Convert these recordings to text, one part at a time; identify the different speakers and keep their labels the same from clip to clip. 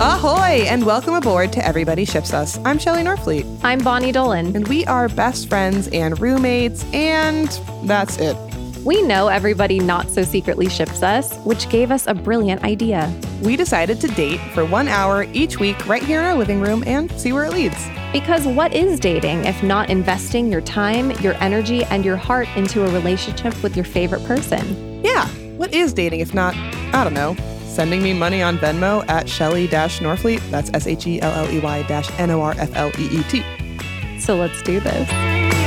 Speaker 1: Hey, and welcome aboard to Everybody Ships Us. I'm Shelly Norfleet,
Speaker 2: I'm Bonnie Dolan.
Speaker 1: and we are best friends and roommates, and that's it.
Speaker 2: We know everybody not so secretly ships us, which gave us a brilliant idea.
Speaker 1: We decided to date for one hour each week right here in our living room and see where it leads.
Speaker 2: Because what is dating if not investing your time, your energy, and your heart into a relationship with your favorite person?
Speaker 1: Yeah, what is dating if not, I don't know, sending me money on Venmo at Shelly Norfleet? That's S H E L L E Y N O R F L E E T.
Speaker 2: So let's do this.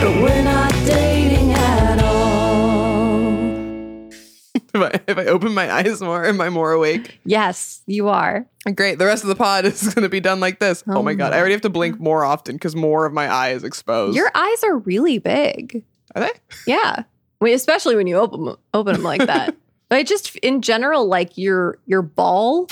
Speaker 1: If I, if I open my eyes more, am I more awake?
Speaker 2: Yes, you are.
Speaker 1: Great. The rest of the pod is going to be done like this. Oh, my God. I already have to blink more often because more of my eye is exposed.
Speaker 2: Your eyes are really big.
Speaker 1: Are they?
Speaker 2: Yeah. Wait, especially when you open open them like that. But I just in general like your your ball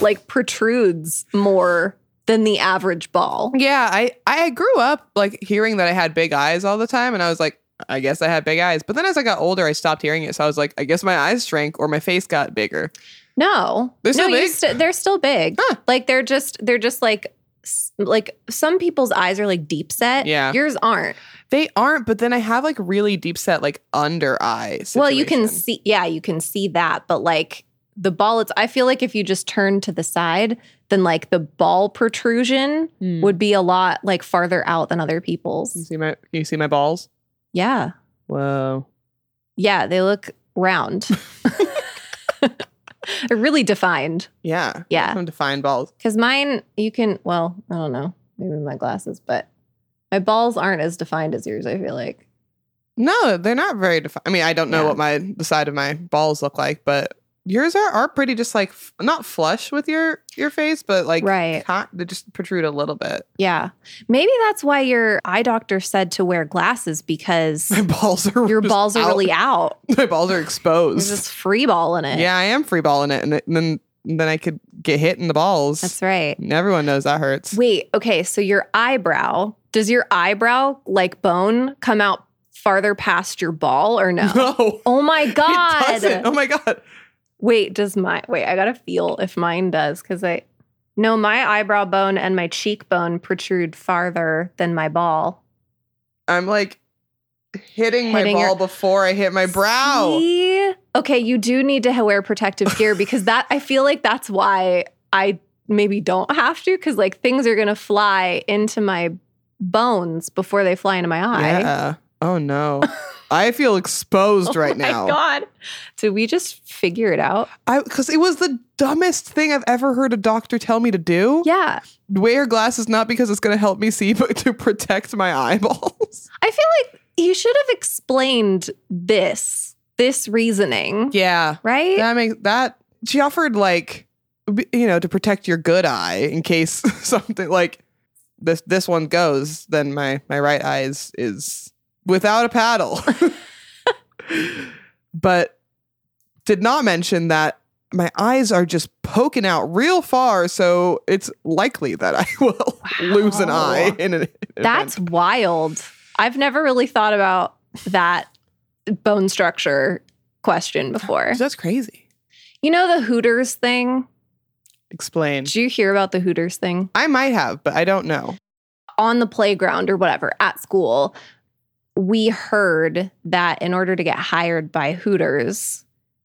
Speaker 2: like protrudes more than the average ball.
Speaker 1: Yeah, I I grew up like hearing that I had big eyes all the time, and I was like, I guess I had big eyes. But then as I got older, I stopped hearing it, so I was like, I guess my eyes shrank or my face got bigger.
Speaker 2: No,
Speaker 1: They're
Speaker 2: no,
Speaker 1: still
Speaker 2: you
Speaker 1: big?
Speaker 2: st- they're still big.
Speaker 1: Huh.
Speaker 2: Like they're just they're just like s- like some people's eyes are like deep set.
Speaker 1: Yeah.
Speaker 2: yours aren't.
Speaker 1: They aren't, but then I have like really deep set like under eye.
Speaker 2: Well, you can
Speaker 1: situation.
Speaker 2: see. Yeah, you can see that. But like the ball, it's. I feel like if you just turn to the side, then like the ball protrusion
Speaker 1: Hmm.
Speaker 2: would be a lot like farther out than other
Speaker 1: You
Speaker 2: people's.
Speaker 1: see my you see my balls.
Speaker 2: Yeah,
Speaker 1: Whoa.
Speaker 2: yeah, they look round. They're really defined.
Speaker 1: Yeah.
Speaker 2: Yeah.
Speaker 1: Some defined balls.
Speaker 2: Because mine, you can, well, I don't know, maybe my glasses, but my balls aren't as defined as yours, I feel like.
Speaker 1: No, they're not very defined. I mean, I don't know
Speaker 2: Yeah.
Speaker 1: what my the side of my balls look like, but yours are, are pretty just like f- not flush with your your face, but like
Speaker 2: Right.
Speaker 1: con- they just protrude a little bit.
Speaker 2: Yeah. Maybe that's why your eye doctor said to wear glasses because
Speaker 1: My balls are
Speaker 2: your
Speaker 1: just
Speaker 2: balls are
Speaker 1: out.
Speaker 2: really out.
Speaker 1: my balls are
Speaker 2: You're
Speaker 1: exposed.
Speaker 2: just free balling it.
Speaker 1: yeah, I am free balling it, and, it- and then and then I could get hit in the balls.
Speaker 2: That's right.
Speaker 1: And Everyone knows that hurts.
Speaker 2: Wait, okay. So your eyebrow, does your eyebrow, like bone, come out farther past your ball or no? oh my God.
Speaker 1: it doesn't. Oh my god.
Speaker 2: Wait, does my wait? I gotta feel if mine does because I no, my eyebrow bone and my cheekbone protrude farther than my ball.
Speaker 1: I'm like hitting, my
Speaker 2: Hitting
Speaker 1: ball
Speaker 2: your-
Speaker 1: before I hit my brow.
Speaker 2: See? Okay, you do need to wear protective gear because that I feel like that's why I maybe don't have to because like things are gonna fly into my bones before they fly into my eye.
Speaker 1: Yeah. Oh no. I feel exposed right
Speaker 2: Oh My
Speaker 1: now.
Speaker 2: God, did we just figure it out?
Speaker 1: I because it was the dumbest thing I've ever heard a doctor tell me to do.
Speaker 2: Yeah,
Speaker 1: Wear glasses not because it's gonna help me see, but to protect my eyeballs.
Speaker 2: I feel like you should have explained this this reasoning,
Speaker 1: Yeah.
Speaker 2: right?
Speaker 1: That makes that she offered like b- you know to protect your good eye in case something like this this one goes then my my right eye is is without a paddle but did not mention that my eyes are just poking out real far so it's likely that i will lose an
Speaker 2: Wow.
Speaker 1: eye in an event.
Speaker 2: That's wild. I've never really thought about that bone structure question before.
Speaker 1: that's crazy
Speaker 2: You know the Hooters thing?
Speaker 1: explain
Speaker 2: Did you hear about the Hooters thing?
Speaker 1: i might have but i don't know
Speaker 2: On the playground or whatever at school, we heard that in order to get hired by Hooters,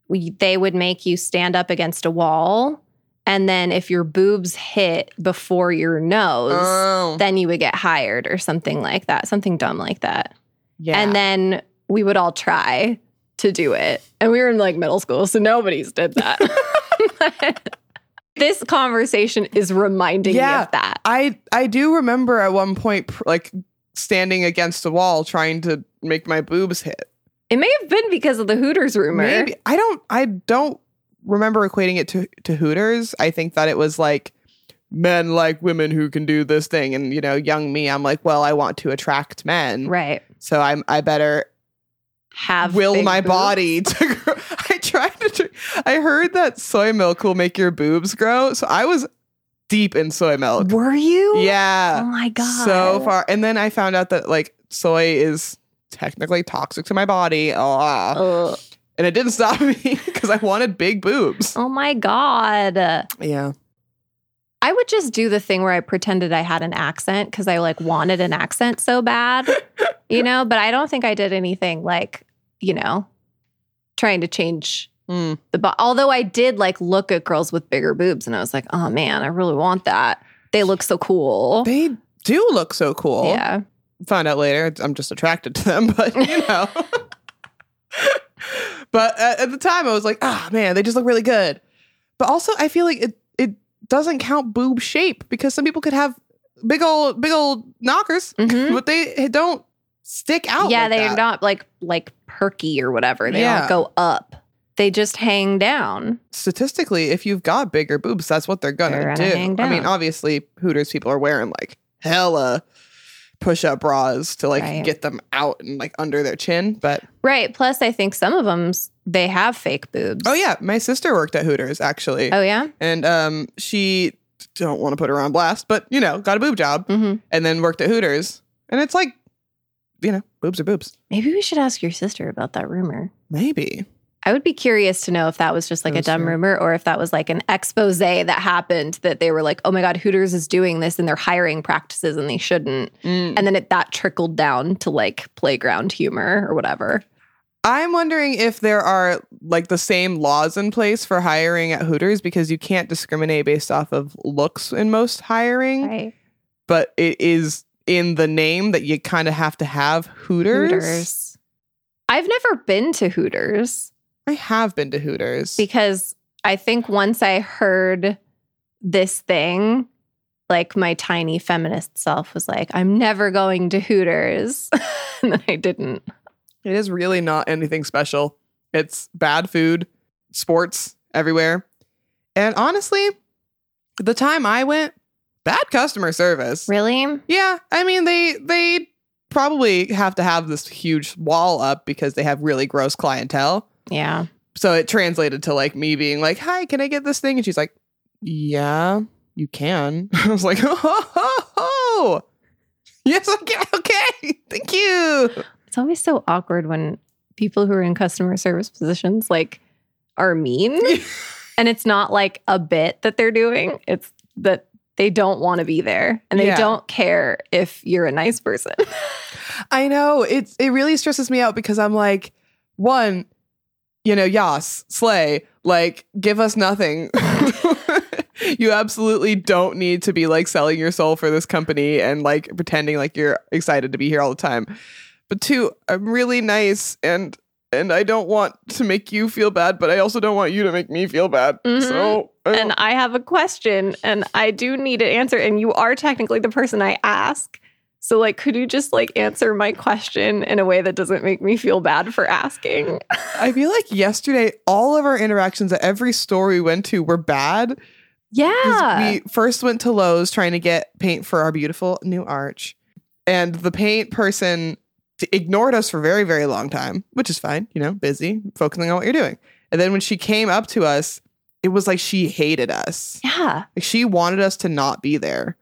Speaker 2: we, they would make you stand up against a wall. And then if your boobs hit before your nose,
Speaker 1: oh
Speaker 2: then you would get hired or something like that, something dumb like that.
Speaker 1: yeah
Speaker 2: And then we would all try to do it. And we were in like middle school, so nobody's did that. this conversation is reminding me
Speaker 1: Yeah.
Speaker 2: of that.
Speaker 1: I I do remember at one point pr- like standing against the wall trying to make my boobs hit.
Speaker 2: It may have been because of the Hooters rumor.
Speaker 1: Maybe I don't I don't remember equating it to to Hooters. I think that it was like men like women who can do this thing and you know young me I'm like well I want to attract men.
Speaker 2: Right.
Speaker 1: So I'm I better
Speaker 2: Have
Speaker 1: will
Speaker 2: big
Speaker 1: my
Speaker 2: boobs.
Speaker 1: body to grow. I tried to tr- I heard that soy milk will make your boobs grow. So I was deep in soy milk.
Speaker 2: Were you?
Speaker 1: Yeah.
Speaker 2: Oh my god.
Speaker 1: so far. And then I found out that like soy is technically toxic to my body. Ah.
Speaker 2: Ugh.
Speaker 1: And it didn't stop me because I wanted big boobs.
Speaker 2: Oh my Oh god.
Speaker 1: Yeah.
Speaker 2: I would just do the thing where I pretended I had an accent because I like wanted an accent so bad, you know, but I don't think I did anything like, you know, trying to change
Speaker 1: Mm.
Speaker 2: the bo- although I did like look at girls with bigger boobs and I was like, oh man, I really want that. They look so cool.
Speaker 1: They do look so cool.
Speaker 2: Yeah.
Speaker 1: Find out later. I'm just attracted to them, but you know. but at, at the time, I was like, ah, man, they just look really good. But also, I feel like it it doesn't count boob shape because some people could have big old big old knockers,
Speaker 2: Mhm.
Speaker 1: but they don't stick out.
Speaker 2: yeah,
Speaker 1: like
Speaker 2: they're
Speaker 1: that.
Speaker 2: not like like perky or whatever. They
Speaker 1: Yeah.
Speaker 2: don't go up. They just hang down.
Speaker 1: statistically, if you've got bigger boobs, that's what they're gonna,
Speaker 2: They're gonna hang
Speaker 1: do. I mean,
Speaker 2: down.
Speaker 1: obviously, Hooters people are wearing like hella push-up bras to like
Speaker 2: Right.
Speaker 1: get them out and like under their chin. But
Speaker 2: Right. Plus, I think some of them they have fake boobs.
Speaker 1: oh yeah, my sister worked at Hooters actually,
Speaker 2: Oh yeah.
Speaker 1: and um, she don't want to put her on blast, but you know, got a boob job
Speaker 2: hmm
Speaker 1: and then worked at Hooters, and it's like, you know, boobs are boobs.
Speaker 2: Maybe we should ask your sister about that rumor.
Speaker 1: Maybe
Speaker 2: I would be curious to know if that was just like
Speaker 1: That
Speaker 2: a
Speaker 1: was
Speaker 2: dumb
Speaker 1: fair.
Speaker 2: rumor or if that was like an expose that happened that they were like, oh my God, Hooters is doing this and they're hiring practices and they shouldn't.
Speaker 1: Mm.
Speaker 2: And then it, that trickled down to like playground humor or whatever.
Speaker 1: I'm wondering if there are like the same laws in place for hiring at Hooters because you can't discriminate based off of looks in most hiring,
Speaker 2: Right.
Speaker 1: but it is in the name that you kind of have to have Hooters.
Speaker 2: Hooters. I've never been to Hooters.
Speaker 1: I have been to Hooters.
Speaker 2: because I think once I heard this thing, like my tiny feminist self was like, I'm never going to Hooters. and then I didn't.
Speaker 1: it is really not anything special. It's bad food, sports everywhere. And honestly, the time I went, bad customer service.
Speaker 2: Really?
Speaker 1: Yeah, I mean they they probably have to have this huge wall up because they have really gross clientele.
Speaker 2: Yeah.
Speaker 1: So it translated to like me being like, "Hi, can I get this thing?" And she's like, "Yeah, you can." I was like, "Oh, ho, ho. yes, okay, okay, thank you."
Speaker 2: It's always so awkward when people who are in customer service positions like are mean. and it's not like a bit that they're doing. It's that they don't want to be there and they
Speaker 1: Yeah.
Speaker 2: don't care if you're a nice person.
Speaker 1: I know it's it really stresses me out because I'm like, one, you know, Yas Slay, like, give us nothing. you absolutely don't need to be like selling your soul for this company and like pretending like you're excited to be here all the time. But two, I'm really nice and and I don't want to make you feel bad, but I also don't want you to make me feel bad.
Speaker 2: Mhm.
Speaker 1: So I don't-
Speaker 2: and I have a question and I do need an answer and you are technically the person I ask. So like could you just like answer my question in a way that doesn't make me feel bad for asking?
Speaker 1: I feel like yesterday all of our interactions at every store we went to were bad. 'Cause
Speaker 2: Yeah.
Speaker 1: We first went to Lowe's trying to get paint for our beautiful new arch, and the paint person t- ignored us for a very, very long time, which is fine, you know, busy, focusing on what you're doing. And then when she came up to us, it was like she hated us.
Speaker 2: yeah.
Speaker 1: Like she wanted us to not be there.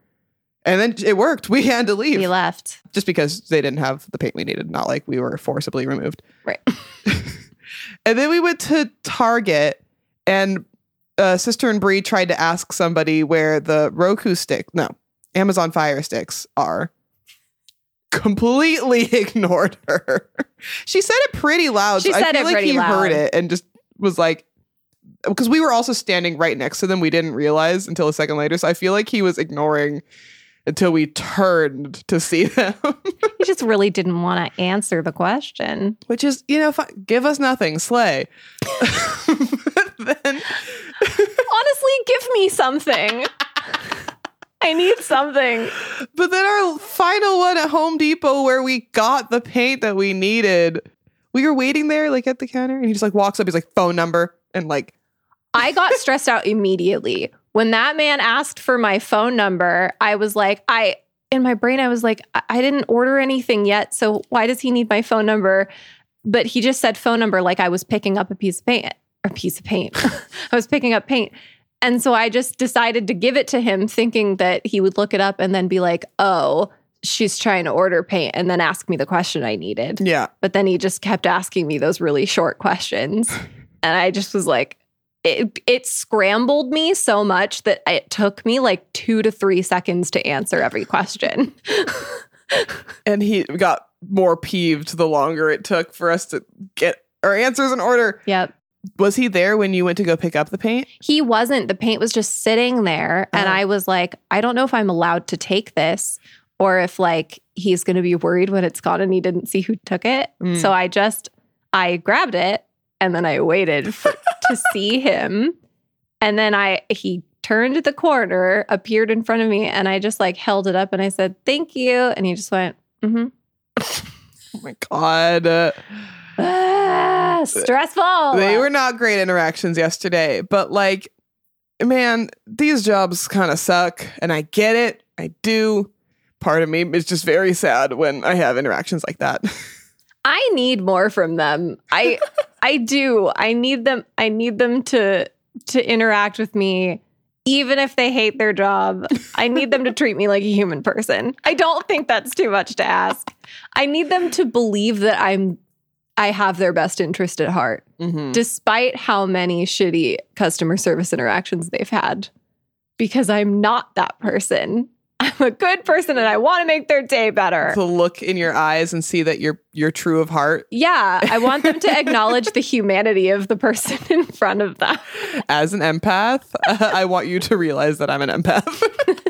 Speaker 1: And then it worked. We had to leave
Speaker 2: We left.
Speaker 1: just because they didn't have the paint we needed, not like we were forcibly removed.
Speaker 2: Right.
Speaker 1: and then we went to Target, and uh, Sister and Bree tried to ask somebody where the Roku stick, no, Amazon Fire sticks are. Completely ignored her. she said it pretty loud.
Speaker 2: She
Speaker 1: so I
Speaker 2: said
Speaker 1: feel
Speaker 2: it
Speaker 1: like
Speaker 2: pretty
Speaker 1: he
Speaker 2: loud.
Speaker 1: heard it and just was like, because we were also standing right next to them, we didn't realize until a second later. So I feel like he was ignoring until we turned to see them.
Speaker 2: He just really didn't want to answer the question.
Speaker 1: which is you know fi- give us nothing slay But then
Speaker 2: Honestly, give me something. I need something.
Speaker 1: but then our final one at home depot where we got the paint that we needed we were waiting there like at the counter and he just like walks up he's like phone number and like
Speaker 2: I got stressed out immediately. When that man asked for my phone number, I was like, I, in my brain, I was like, I, I didn't order anything yet. So why does he need my phone number? But he just said phone number like I was picking up a piece of paint, a piece of paint. I was picking up paint. And so I just decided to give it to him, thinking that he would look it up and then be like, oh, she's trying to order paint and then ask me the question I needed
Speaker 1: yeah
Speaker 2: but then he just kept asking me those really short questions and i just was like it, it scrambled me so much that it took me like two to three seconds to answer every question.
Speaker 1: And he got more peeved the longer it took for us to get our answers in order.
Speaker 2: yep.
Speaker 1: Was he there when you went to go pick up the paint?
Speaker 2: He wasn't. The paint was just sitting there. And
Speaker 1: Oh.
Speaker 2: I was like, I don't know if I'm allowed to take this or if like he's going to be worried when it's gone and he didn't see who took it.
Speaker 1: Mm.
Speaker 2: So I just, I grabbed it and then I waited for, to see him. And then I, he turned the corner, appeared in front of me, and I just like held it up and I said, thank you. And he just went, mm-hmm.
Speaker 1: Oh my god. Uh,
Speaker 2: Ah, stressful.
Speaker 1: They were not great interactions yesterday, but like man, these jobs kind of suck and I get it. I do. Part of me is just very sad when I have interactions like that.
Speaker 2: I need more from them. I I do. I need them I need them to to interact with me even if they hate their job. I need them to treat me like a human person. I don't think that's too much to ask. I need them to believe that I'm I have their best interest at heart
Speaker 1: Mhm.
Speaker 2: despite how many shitty customer service interactions they've had because I'm not that person. I'm a good person and I want to make their day better.
Speaker 1: To look in your eyes and see that you're you're true of heart
Speaker 2: Yeah, I want them to acknowledge the humanity of the person in front of them.
Speaker 1: as an empath. I want you to realize that I'm an empath.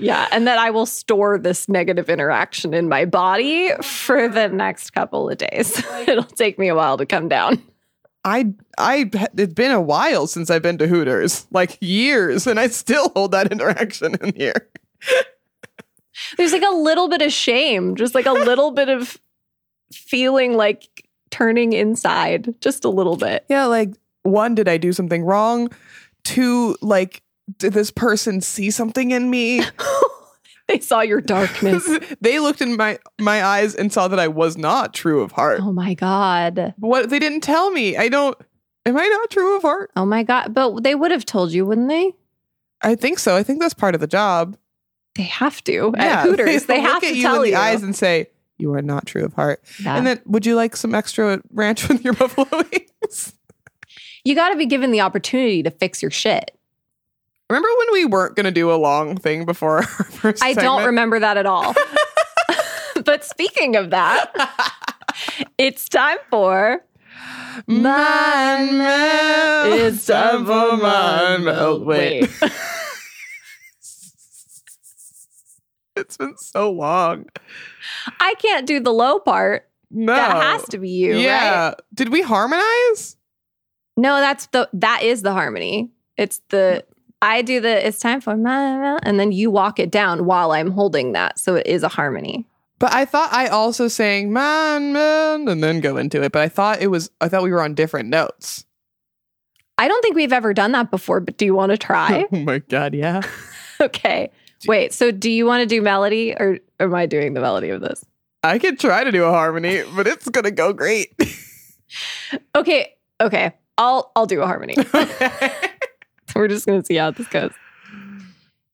Speaker 2: Yeah, and that I will store this negative interaction in my body for the next couple of days. It'll take me a while to come down.
Speaker 1: I I it's been a while since I've been to Hooters, like years, and I still hold that interaction in here.
Speaker 2: There's like a little bit of shame, just like a little bit of feeling like turning inside, just a little bit.
Speaker 1: Yeah, like one, did I do something wrong? Two, like did this person see something in me?
Speaker 2: they saw your darkness.
Speaker 1: they looked in my my eyes and saw that I was not true of heart.
Speaker 2: Oh my God.
Speaker 1: What they didn't tell me. I don't. Am I not true of heart?
Speaker 2: Oh my God. But they would have told you, wouldn't they?
Speaker 1: I think so. I think that's part of the job.
Speaker 2: They have to.
Speaker 1: Yeah,
Speaker 2: At Hooters, they,
Speaker 1: they'll
Speaker 2: have
Speaker 1: look
Speaker 2: to
Speaker 1: at you
Speaker 2: tell
Speaker 1: in the
Speaker 2: you.
Speaker 1: eyes and say you are not true of heart.
Speaker 2: Yeah.
Speaker 1: And then, would you like some extra ranch with your buffalo wings?
Speaker 2: You got to be given the opportunity to fix your shit.
Speaker 1: Remember when we weren't going to do a long thing before our first?
Speaker 2: I don't remember that at all. but speaking of that, it's time for
Speaker 1: remember. Mind melt. Wait, it's been so long.
Speaker 2: I can't do the low part.
Speaker 1: No,
Speaker 2: That has to be you, right?
Speaker 1: Oh. yeah. Did we harmonize?
Speaker 2: No, that's the that is the harmony. It's the I do the it's time for my and then you walk it down while I'm holding that. So it is a harmony.
Speaker 1: But I thought I also sang man man and then go into it. But I thought it was I thought we were on different notes.
Speaker 2: I don't think we've ever done that before, but do you want to try?
Speaker 1: oh my god, yeah.
Speaker 2: okay. Wait, so do you want to do melody or am I doing the melody of this?
Speaker 1: I could try to do a harmony, but it's gonna go great.
Speaker 2: Okay, okay. I'll I'll do a harmony.
Speaker 1: Okay.
Speaker 2: We're just gonna see how this goes.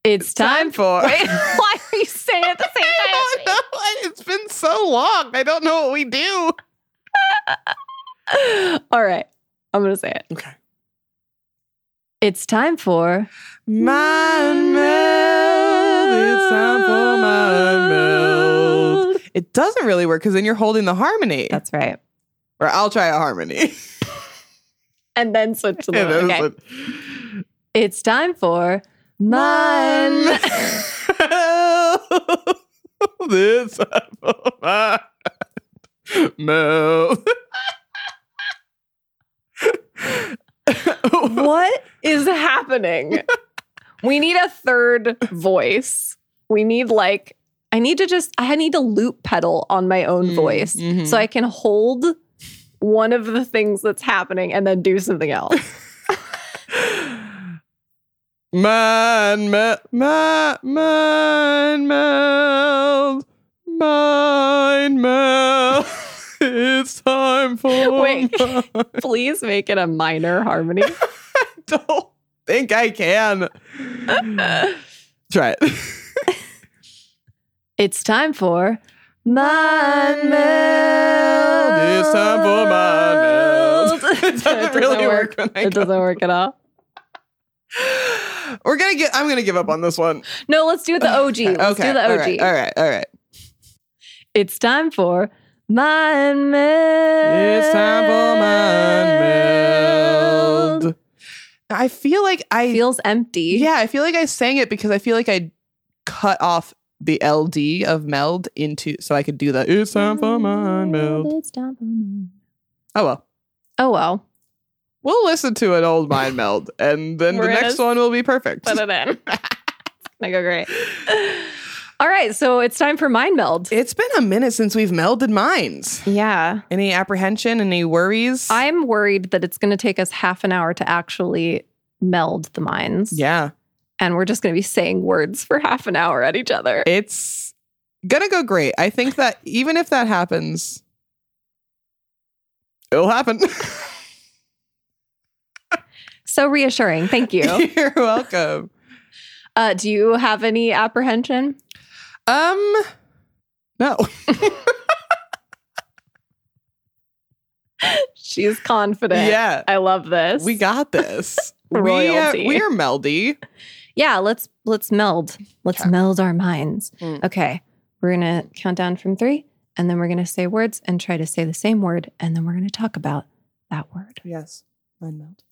Speaker 2: It's,
Speaker 1: Time
Speaker 2: time, for
Speaker 1: for
Speaker 2: Wait, why are you saying it at the same time?
Speaker 1: I
Speaker 2: as
Speaker 1: don't know. I- It's been so long. I don't know what we do.
Speaker 2: me? All right. I'm gonna say it.
Speaker 1: Okay.
Speaker 2: It's time for
Speaker 1: Mind meld. It's time for mind meld. It doesn't really work because then you're holding the harmony.
Speaker 2: That's right.
Speaker 1: or I'll try a harmony.
Speaker 2: And then switch to the
Speaker 1: And
Speaker 2: yeah,
Speaker 1: then
Speaker 2: okay.
Speaker 1: it's like,
Speaker 2: It's time for
Speaker 1: Mind
Speaker 2: mine.
Speaker 1: meld. It's time for mind meld.
Speaker 2: what is happening? We need a third voice. We need like I need to just I need to loop pedal on my own
Speaker 1: Mm,
Speaker 2: voice
Speaker 1: mhm.
Speaker 2: so I can hold one of the things that's happening and then do something else.
Speaker 1: Mind meld. Mind meld. Mind meld. It's time for.
Speaker 2: Wait.
Speaker 1: mind-
Speaker 2: Please make it a minor harmony.
Speaker 1: Don't think I can. Try it.
Speaker 2: It's time for Mind
Speaker 1: It's time for Mind Meld. it doesn't really work. when I
Speaker 2: It
Speaker 1: go.
Speaker 2: doesn't work at all.
Speaker 1: We're gonna get. I'm gonna give up on this one.
Speaker 2: No, let's do the OG. Let's do the OG.
Speaker 1: All right. All right. All right.
Speaker 2: It's time for Mind Meld.
Speaker 1: It's time for mind meld. I feel like I.
Speaker 2: Feels empty.
Speaker 1: yeah, I feel like I sang it because I feel like I cut off the LD of meld into so I could do the. It's time for mind meld.
Speaker 2: It's time for mind.
Speaker 1: Oh well.
Speaker 2: Oh well.
Speaker 1: We'll listen to an old mind meld, and then the
Speaker 2: We're gonna
Speaker 1: next one will be perfect.
Speaker 2: Put it in. it's gonna go great. All right, so it's time for mind meld.
Speaker 1: It's been a minute since we've melded minds.
Speaker 2: Yeah.
Speaker 1: Any apprehension? Any worries?
Speaker 2: I'm worried that it's gonna take us half an hour to actually meld the minds.
Speaker 1: yeah.
Speaker 2: And we're just gonna be saying words for half an hour at each other.
Speaker 1: It's gonna go great. I think that even if that happens, it'll happen.
Speaker 2: So reassuring. Thank you.
Speaker 1: You're welcome.
Speaker 2: Uh, do you have any apprehension?
Speaker 1: Um, no,
Speaker 2: She's confident.
Speaker 1: yeah,
Speaker 2: I love this.
Speaker 1: we got this. we are,
Speaker 2: Royalty.
Speaker 1: we are meldy.
Speaker 2: Yeah, let's let's meld. Let's
Speaker 1: Okay.
Speaker 2: meld our minds.
Speaker 1: Mm.
Speaker 2: Okay. We're gonna count down from three, and then we're gonna say words and try to say the same word, and then we're gonna talk about that word.
Speaker 1: Yes, mind meld.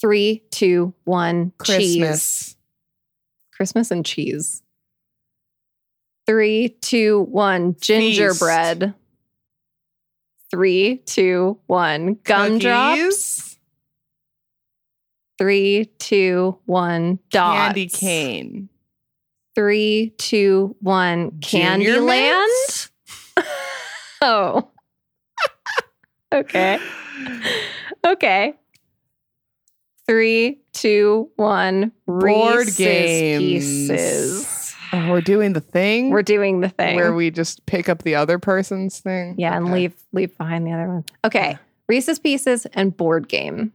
Speaker 2: Three, two, one, cheese.
Speaker 1: Christmas.
Speaker 2: Christmas and cheese. Three, two, one, gingerbread. Three, two, one, gumdrops.
Speaker 1: Cookies.
Speaker 2: Three, two, one, dots.
Speaker 1: candy cane,
Speaker 2: Three, two, one,
Speaker 1: Junior
Speaker 2: Candyland.
Speaker 1: mints?
Speaker 2: Oh. okay. Okay. Three, two, one.
Speaker 1: Board
Speaker 2: Reese's
Speaker 1: games.
Speaker 2: Pieces.
Speaker 1: Oh, we're doing the thing.
Speaker 2: We're doing the thing.
Speaker 1: where we just pick up the other person's thing.
Speaker 2: yeah, and
Speaker 1: Okay.
Speaker 2: leave leave behind the other one. Okay.
Speaker 1: Yeah.
Speaker 2: Reese's Pieces and board game.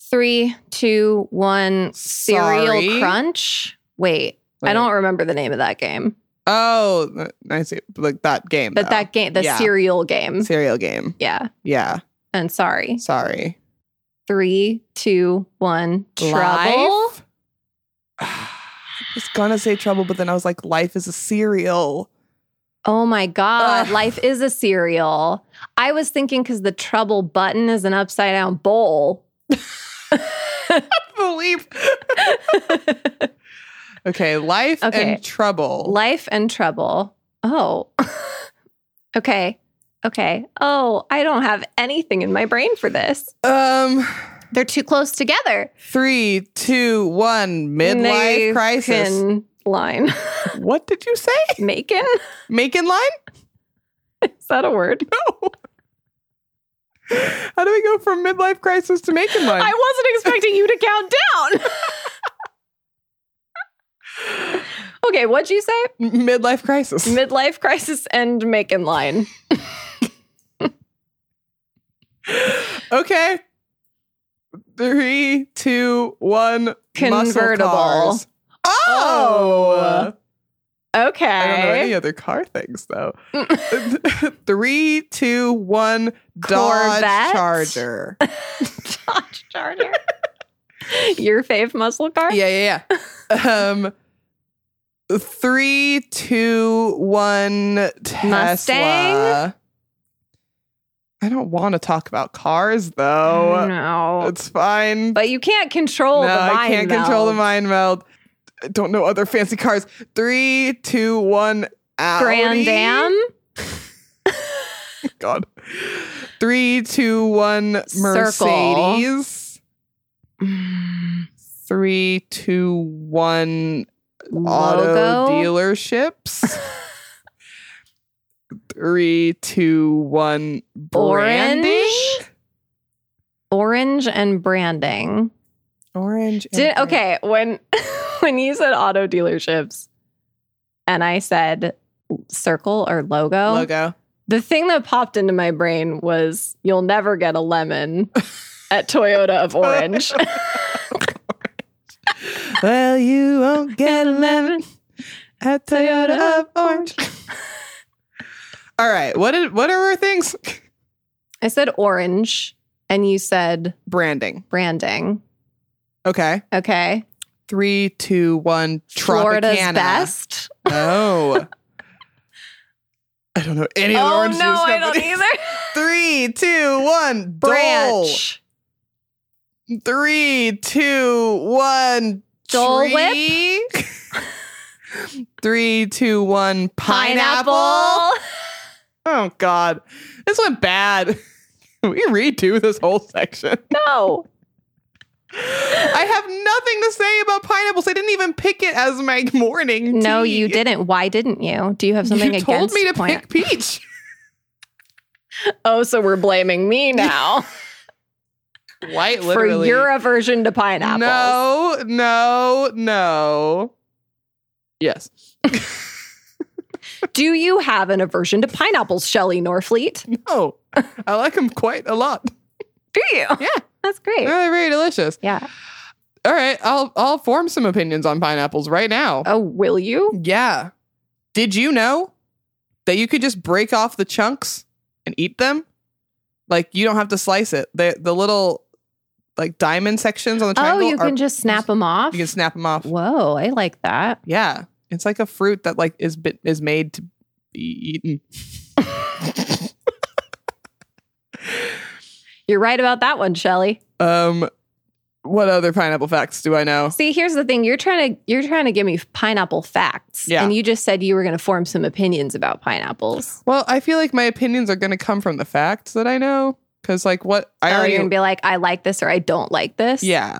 Speaker 2: Three, two, one. Cereal
Speaker 1: Sorry.
Speaker 2: Crunch. Wait, I
Speaker 1: Wait.
Speaker 2: don't remember the name of that game,
Speaker 1: Oh, th- I see. Like that game,
Speaker 2: but
Speaker 1: though.
Speaker 2: that game, the
Speaker 1: Yeah.
Speaker 2: cereal game.
Speaker 1: cereal game.
Speaker 2: Yeah,
Speaker 1: Yeah,
Speaker 2: and sorry.
Speaker 1: sorry.
Speaker 2: Three, two, one. Trouble.
Speaker 1: Life? I was gonna say trouble, but then I was like, life is a cereal.
Speaker 2: Oh my God.
Speaker 1: Ugh.
Speaker 2: Life is a cereal. I was thinking because the trouble button is an upside down bowl.
Speaker 1: Believe. Okay, life
Speaker 2: Okay.
Speaker 1: and trouble.
Speaker 2: Life and trouble. Oh. okay. Okay. Oh, I don't have anything in my brain for this.
Speaker 1: um,
Speaker 2: They're too close together.
Speaker 1: three, two, one. Midlife
Speaker 2: Makin
Speaker 1: crisis.
Speaker 2: Line.
Speaker 1: What did you say?
Speaker 2: Macon?
Speaker 1: Making line?
Speaker 2: Is that a word?
Speaker 1: How do we go from midlife crisis to making line?
Speaker 2: I wasn't expecting you to count down. okay, what'd you say?
Speaker 1: midlife crisis.
Speaker 2: Midlife crisis and make in line.
Speaker 1: Okay. Three, two, one. Muscle
Speaker 2: Convertible.
Speaker 1: cars.
Speaker 2: Oh.
Speaker 1: Oh. I don't know any
Speaker 2: Okay. Mm.
Speaker 1: other car things though. Three, two, one. Dodge
Speaker 2: Corvette?
Speaker 1: Charger.
Speaker 2: Dodge Charger. Your fave muscle car?
Speaker 1: Yeah, yeah, yeah. um, three, two, one. Tesla.
Speaker 2: Mustang?
Speaker 1: I don't want to talk about cars though.
Speaker 2: No.
Speaker 1: It's fine.
Speaker 2: But you can't control
Speaker 1: no,
Speaker 2: the mind.
Speaker 1: I can't control the
Speaker 2: meld.
Speaker 1: mind meld. I don't know other fancy cars. Three, two, one. Audi.
Speaker 2: Grand Am,
Speaker 1: God. Three, two, one.
Speaker 2: Circle.
Speaker 1: Mercedes. Three, two, one. Auto
Speaker 2: Logo?
Speaker 1: dealerships. Three, two, one. Brandish.
Speaker 2: Orange? Orange and branding.
Speaker 1: Orange. and
Speaker 2: Did,
Speaker 1: brand-
Speaker 2: okay, when when you said auto dealerships and I said circle or logo,
Speaker 1: Logo.
Speaker 2: the thing that popped into my brain was you'll never get a lemon at Toyota of Orange.
Speaker 1: well, you won't get a lemon at Toyota of Orange. All right, what did what are our things?
Speaker 2: I said orange and you said
Speaker 1: Branding.
Speaker 2: branding.
Speaker 1: Okay.
Speaker 2: Okay.
Speaker 1: Three, two, one. Tropicana.
Speaker 2: Florida's best.
Speaker 1: Oh. I don't know any of the
Speaker 2: oh
Speaker 1: orange
Speaker 2: no,
Speaker 1: juice
Speaker 2: I don't
Speaker 1: companies.
Speaker 2: either.
Speaker 1: Three, two, one. Dole.
Speaker 2: Branch.
Speaker 1: Three, two, one.
Speaker 2: Dole Whip?
Speaker 1: tree. Three, two, one. Pineapple. Oh God, this went bad. Can we redo this whole section?
Speaker 2: No.
Speaker 1: I have nothing to say about pineapples. I didn't even pick it as my morning.
Speaker 2: No,
Speaker 1: tea.
Speaker 2: you didn't. Why didn't you? Do you have something
Speaker 1: you
Speaker 2: against
Speaker 1: told me to
Speaker 2: plant-
Speaker 1: pick peach.
Speaker 2: Oh, so we're blaming me now
Speaker 1: White
Speaker 2: for
Speaker 1: literally.
Speaker 2: your aversion to pineapples.
Speaker 1: No, no, no. Yes.
Speaker 2: Do you have an aversion to pineapples, Shelley Norfleet?
Speaker 1: No, Oh, I like them quite a lot.
Speaker 2: Do you? Yeah. That's great.
Speaker 1: They're very delicious.
Speaker 2: Yeah.
Speaker 1: All right, I'll I'll form some opinions on pineapples right now.
Speaker 2: Oh, will you?
Speaker 1: Yeah. Did you know that you could just break off the chunks and eat them? Like you don't have to slice it. The the little like diamond sections on the
Speaker 2: Oh,
Speaker 1: triangle.
Speaker 2: you
Speaker 1: are-
Speaker 2: can just snap them off?
Speaker 1: you can snap them off.
Speaker 2: Whoa, I like that.
Speaker 1: Yeah, it's like a fruit that like is bit is made to be eaten.
Speaker 2: You're right about that one, Shelley.
Speaker 1: Um, what other pineapple facts do I know?
Speaker 2: See, here's the thing. You're trying to you're trying to give me pineapple facts.
Speaker 1: Yeah.
Speaker 2: And you just said you were gonna form some opinions about pineapples.
Speaker 1: Well, I feel like my opinions are going to come from the facts that I know. Cause like what I
Speaker 2: oh,
Speaker 1: already
Speaker 2: you're gonna be like, I like this or I don't like this.
Speaker 1: yeah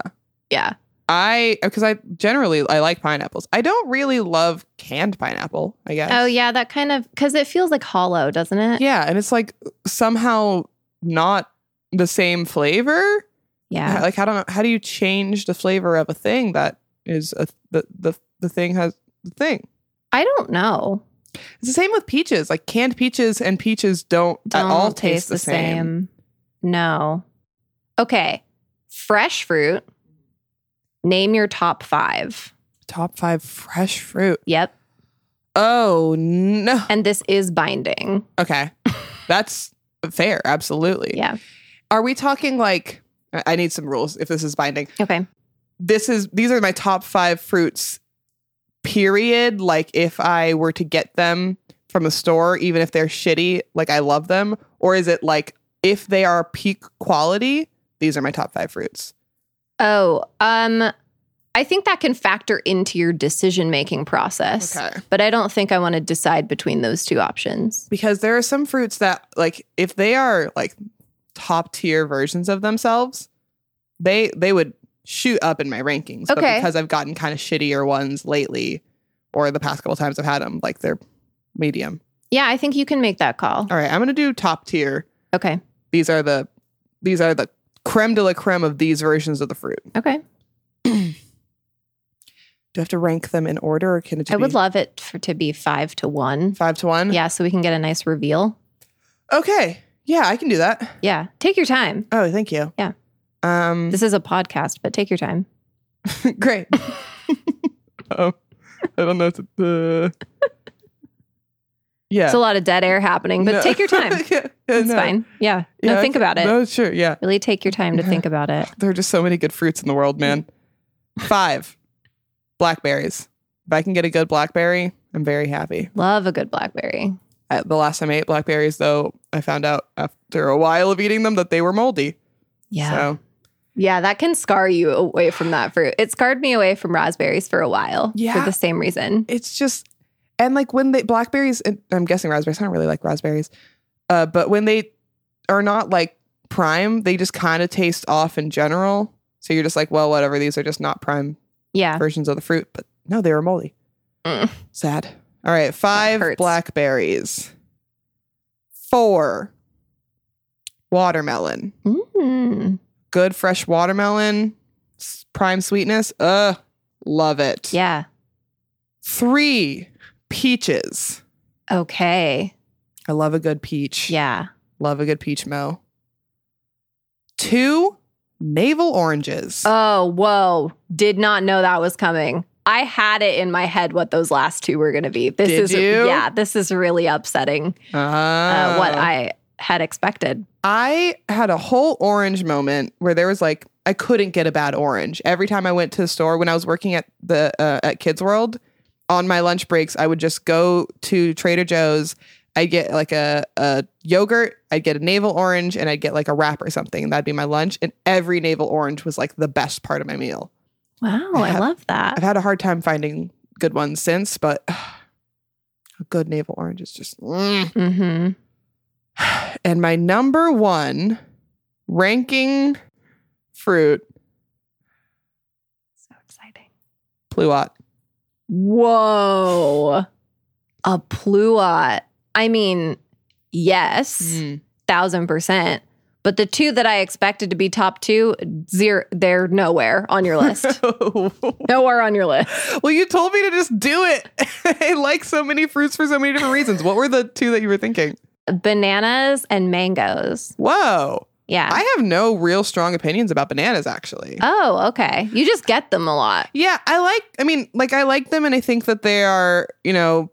Speaker 2: Yeah.
Speaker 1: I because I generally I like pineapples. I don't really love canned pineapple. I guess.
Speaker 2: Oh yeah, that kind of because it feels like hollow, doesn't it?
Speaker 1: Yeah, and it's like somehow not the same flavor.
Speaker 2: Yeah.
Speaker 1: Like how don't how do you change the flavor of a thing that is a the the the thing has the thing.
Speaker 2: I don't know.
Speaker 1: It's the same with peaches. Like canned peaches and peaches don't,
Speaker 2: Don't
Speaker 1: at all taste, the same.
Speaker 2: No. Okay. Fresh fruit. Name your top five.
Speaker 1: Top five fresh fruit.
Speaker 2: Yep.
Speaker 1: Oh no.
Speaker 2: And this is binding.
Speaker 1: Okay. That's fair. Absolutely.
Speaker 2: Yeah.
Speaker 1: Are we talking like I I need some rules if this is binding.
Speaker 2: Okay.
Speaker 1: This is these are my top 5 fruits period like if I were to get them from the store even if they're shitty like I love them or is it like if they are peak quality these are my top 5 fruits.
Speaker 2: Oh, um, I think that can factor into your decision making process. But I don't think I want to decide between those two options.
Speaker 1: Because there are some fruits that like if they are like top tier versions of themselves they they would shoot up in my rankings but
Speaker 2: Okay.
Speaker 1: because I've gotten kind of shittier ones lately or the past couple times I've had them like they're medium.
Speaker 2: Yeah, I think you can make that call.
Speaker 1: All right, I'm going to do top tier.
Speaker 2: Okay.
Speaker 1: These are the these are the creme de la creme of these versions of the fruit.
Speaker 2: Okay.
Speaker 1: Do I have to rank them in order or can it just
Speaker 2: I would
Speaker 1: be
Speaker 2: love it for to be five to one.
Speaker 1: 5 to 1?
Speaker 2: Yeah, so we can get a nice reveal.
Speaker 1: Okay. Yeah, I can do that.
Speaker 2: Yeah. Take your time.
Speaker 1: Oh, thank you.
Speaker 2: Yeah.
Speaker 1: Um
Speaker 2: This is a podcast, but take your time.
Speaker 1: Great. um, I don't know. What to, uh, yeah.
Speaker 2: It's a lot of dead air happening, but
Speaker 1: No.
Speaker 2: take your time.
Speaker 1: Yeah, yeah,
Speaker 2: It's
Speaker 1: no.
Speaker 2: fine. Yeah.
Speaker 1: Yeah,
Speaker 2: no, think
Speaker 1: okay.
Speaker 2: about it.
Speaker 1: No, sure. Yeah.
Speaker 2: Really take your time to think about it.
Speaker 1: There are just so many good fruits in the world, man. Five blackberries. If I can get a good blackberry, I'm very happy.
Speaker 2: Love a good blackberry.
Speaker 1: I, the last time I ate blackberries, though, I found out after a while of eating them that they were moldy.
Speaker 2: Yeah.
Speaker 1: So,
Speaker 2: Yeah, that can scar you away from that fruit. It scarred me away from raspberries for a while
Speaker 1: Yeah.
Speaker 2: for the same reason.
Speaker 1: it's just, and like when they, blackberries, and I'm guessing raspberries, I don't really like raspberries, uh, but when they are not like prime, they just kind of taste off in general. So you're just like, well, whatever, these are just not prime
Speaker 2: Yeah.
Speaker 1: versions of the fruit, but no, they were moldy.
Speaker 2: Mm.
Speaker 1: Sad. All right, five
Speaker 2: hurts.
Speaker 1: blackberries, four watermelon,
Speaker 2: Mm.
Speaker 1: good fresh watermelon, s- prime sweetness. Uh, love it.
Speaker 2: Yeah.
Speaker 1: Three peaches.
Speaker 2: Okay.
Speaker 1: I love a good peach.
Speaker 2: Yeah.
Speaker 1: love a good peach mo. Two navel oranges.
Speaker 2: Oh, whoa. Did not know that was coming. I had it in my head what those last two were going to be. This
Speaker 1: Did
Speaker 2: is
Speaker 1: you?
Speaker 2: yeah, this is really upsetting.
Speaker 1: Ah.
Speaker 2: Uh, what I had expected.
Speaker 1: I had a whole orange moment where there was like I couldn't get a bad orange. Every time I went to the store when I was working at the uh, at Kids World on my lunch breaks, I would just go to Trader Joe's. I'd get like a, a yogurt, I'd get a navel orange, and I'd get like a wrap or something. And that'd be my lunch. And every navel orange was like the best part of my meal.
Speaker 2: Wow,
Speaker 1: I
Speaker 2: I,
Speaker 1: have-
Speaker 2: love that.
Speaker 1: I've had a hard time finding good ones since, but a good navel orange is just. mm.
Speaker 2: hmm
Speaker 1: And my number one ranking fruit,
Speaker 2: So exciting.
Speaker 1: pluot.
Speaker 2: Whoa. A pluot. I mean, yes,
Speaker 1: Mm.
Speaker 2: thousand percent. But the two that I expected to be top two, zero, they're nowhere on your list. nowhere on your list.
Speaker 1: well, you told me to just do it. I like so many fruits for so many different reasons. What were the two that you were thinking?
Speaker 2: Bananas and mangoes.
Speaker 1: Whoa.
Speaker 2: Yeah.
Speaker 1: I have no real strong opinions about bananas, actually.
Speaker 2: oh, okay. You just get them a lot.
Speaker 1: Yeah, I like, I mean, like, I like them, and I think that they are, you know,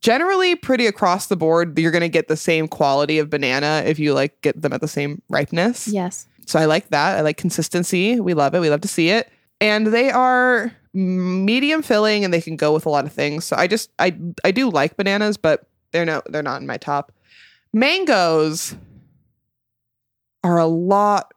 Speaker 1: generally pretty across the board. You're going to get the same quality of banana if you like get them at the same ripeness.
Speaker 2: Yes.
Speaker 1: So I like that. I like consistency. We love it. We love to see it. And they are medium filling and they can go with a lot of things. So I just I I do like bananas, but they're no they're not in my top. Mangoes are a lot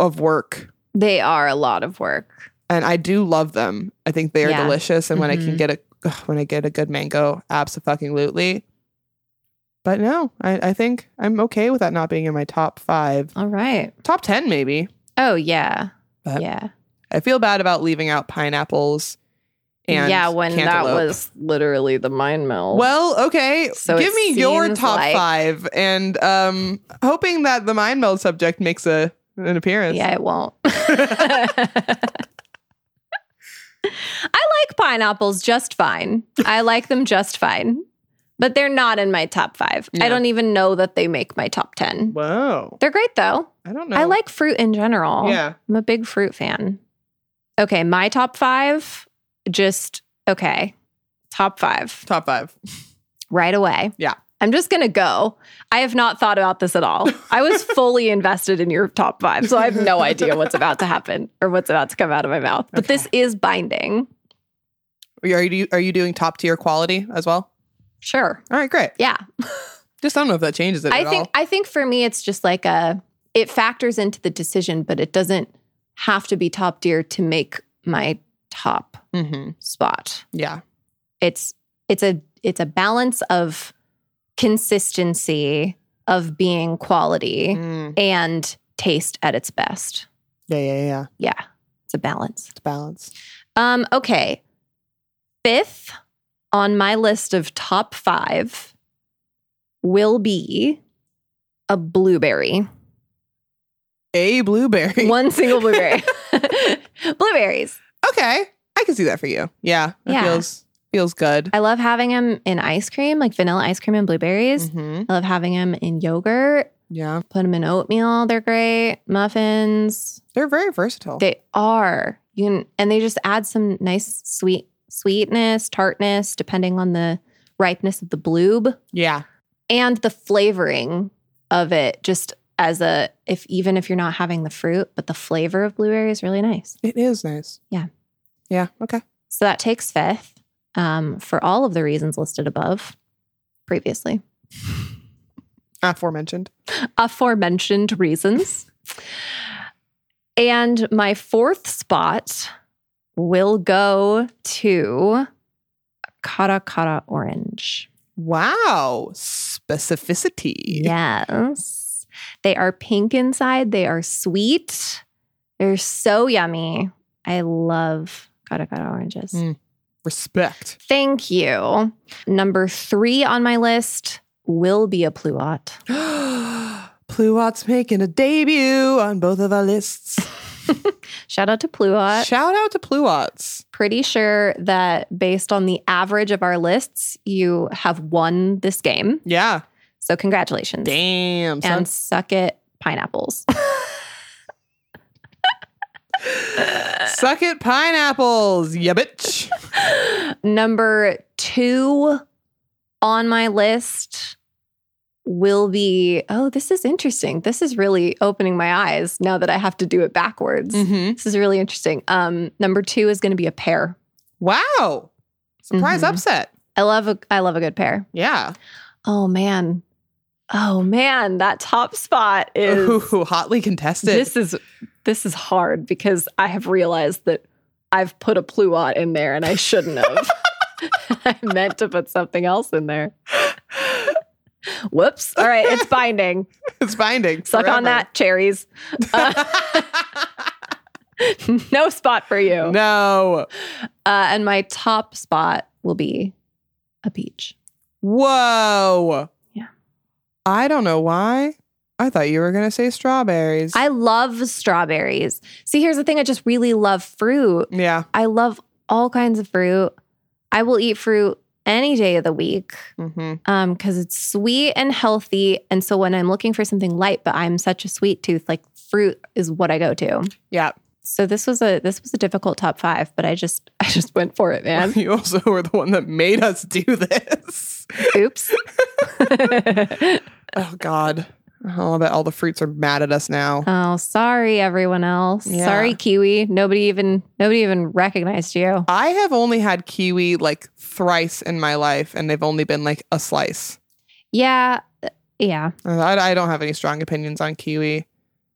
Speaker 1: of work
Speaker 2: They are a lot of work.
Speaker 1: and I do love them. I think they are
Speaker 2: Yeah.
Speaker 1: delicious and when I can
Speaker 2: Mhm.
Speaker 1: get a ugh, when I get a good mango, absolutely. But no, I, I think I'm okay with that not being in my top five,
Speaker 2: All right.
Speaker 1: top 10 maybe.
Speaker 2: Oh, yeah.
Speaker 1: But-
Speaker 2: yeah.
Speaker 1: I feel bad about leaving out pineapples and
Speaker 2: yeah, when
Speaker 1: cantaloupe.
Speaker 2: that was literally the mind meld.
Speaker 1: well, okay.
Speaker 2: So
Speaker 1: give
Speaker 2: it
Speaker 1: me your
Speaker 2: seems
Speaker 1: top
Speaker 2: like-
Speaker 1: five, and um, hoping that the mind meld subject makes a an appearance.
Speaker 2: yeah, it won't. I like pineapples just fine. I like them just fine, but they're not in my top five.
Speaker 1: Yeah.
Speaker 2: I don't even know that they make my top 10.
Speaker 1: Whoa.
Speaker 2: They're great though.
Speaker 1: I don't know.
Speaker 2: I like fruit in general.
Speaker 1: Yeah.
Speaker 2: I'm a big fruit fan. Okay, my top five, just okay. Top five
Speaker 1: Top five.
Speaker 2: right away.
Speaker 1: Yeah.
Speaker 2: I'm just going to go. I have not thought about this at all. I was fully invested in your top five. So I have no idea what's about to happen or what's about to come out of my mouth. But this is binding.
Speaker 1: Are you are you doing top tier quality as well?
Speaker 2: Sure.
Speaker 1: All right, great.
Speaker 2: Yeah.
Speaker 1: Just I don't know if that changes it
Speaker 2: I
Speaker 1: at
Speaker 2: think I think for me it's just like a it factors into the decision, but it doesn't have to be top tier to make my top
Speaker 1: all. Mm-hmm.
Speaker 2: spot.
Speaker 1: Yeah.
Speaker 2: it's it's a it's a balance of consistency of being quality
Speaker 1: Mm.
Speaker 2: and taste at its best
Speaker 1: Yeah, yeah, yeah, yeah.
Speaker 2: yeah it's a balance
Speaker 1: It's balanced.
Speaker 2: um okay fifth on my list of top five will be a blueberry
Speaker 1: A blueberry.
Speaker 2: one single blueberry blueberries
Speaker 1: Okay, I can see that for you. Yeah, it
Speaker 2: Yeah.
Speaker 1: feels feels good.
Speaker 2: i love having them in ice cream like vanilla ice cream and blueberries
Speaker 1: Mhm.
Speaker 2: i love having them in yogurt
Speaker 1: Yeah,
Speaker 2: Put them in oatmeal. They're great. Muffins.
Speaker 1: they're very versatile.
Speaker 2: They are. You can, and they just add some nice sweet sweetness, tartness, depending on the ripeness of the bloob
Speaker 1: yeah.
Speaker 2: and the flavoring of it. Just as a if even if you're not having the fruit, but the flavor of blueberry is really nice.
Speaker 1: It is nice.
Speaker 2: Yeah.
Speaker 1: Yeah. Okay.
Speaker 2: So that takes fifth um, for all of the reasons listed above previously.
Speaker 1: Aforementioned.
Speaker 2: aforementioned reasons. And my fourth spot will go to Kata Kata Orange.
Speaker 1: Wow. Specificity.
Speaker 2: Yes. They are pink inside, they are sweet, they're so yummy. I love Kata Kata Oranges.
Speaker 1: Mm. Respect.
Speaker 2: Thank you. Number three on my list will be a pluot.
Speaker 1: Pluot's making a debut on both of our lists.
Speaker 2: Shout out to Pluot.
Speaker 1: Shout out to Pluots.
Speaker 2: pretty sure that based on the average of our lists, you have won this game.
Speaker 1: Yeah.
Speaker 2: So congratulations.
Speaker 1: Damn. son.
Speaker 2: And suck it, pineapples.
Speaker 1: Suck it, pineapples. Yeah, bitch.
Speaker 2: Number two on my list will be, oh, this is interesting. This is really opening my eyes now that I have to do it backwards.
Speaker 1: Mm-hmm.
Speaker 2: This is really interesting. Um, number two is going to be a pair.
Speaker 1: Wow. Surprise
Speaker 2: Mhm.
Speaker 1: upset.
Speaker 2: I love a I love a good pair.
Speaker 1: Yeah.
Speaker 2: Oh man, oh man, that top spot is
Speaker 1: Ooh, hotly contested.
Speaker 2: this is this is hard because I have realized that I've put a pluot in there and I shouldn't have. I meant to put something else in there. Whoops! All right, it's binding.
Speaker 1: it's binding.
Speaker 2: Suck
Speaker 1: forever.
Speaker 2: on that, cherries. Uh, no spot for you.
Speaker 1: no.
Speaker 2: Uh, and my top spot will be a peach.
Speaker 1: Whoa.
Speaker 2: Yeah.
Speaker 1: I don't know why. I thought you were going to say strawberries.
Speaker 2: I love strawberries. See, here's the thing I just really love fruit.
Speaker 1: yeah.
Speaker 2: I love all kinds of fruit. I will eat fruit any day of the week
Speaker 1: Mm-hmm.
Speaker 2: um cuz it's sweet and healthy and so when I'm looking for something light but I'm such a sweet tooth like fruit is what I go to.
Speaker 1: Yeah.
Speaker 2: So this was a this was a difficult top 5, but I just I just went for it, man.
Speaker 1: you also were the one that made us do this.
Speaker 2: Oops.
Speaker 1: Oh, God. Oh, I bet all the fruits are mad at us now.
Speaker 2: oh, sorry everyone else.
Speaker 1: Yeah.
Speaker 2: Sorry Kiwi. Nobody even nobody even recognized you.
Speaker 1: I have only had kiwi like thrice in my life, and they've only been like a slice.
Speaker 2: Yeah. Yeah.
Speaker 1: I, I don't have any strong opinions on kiwi.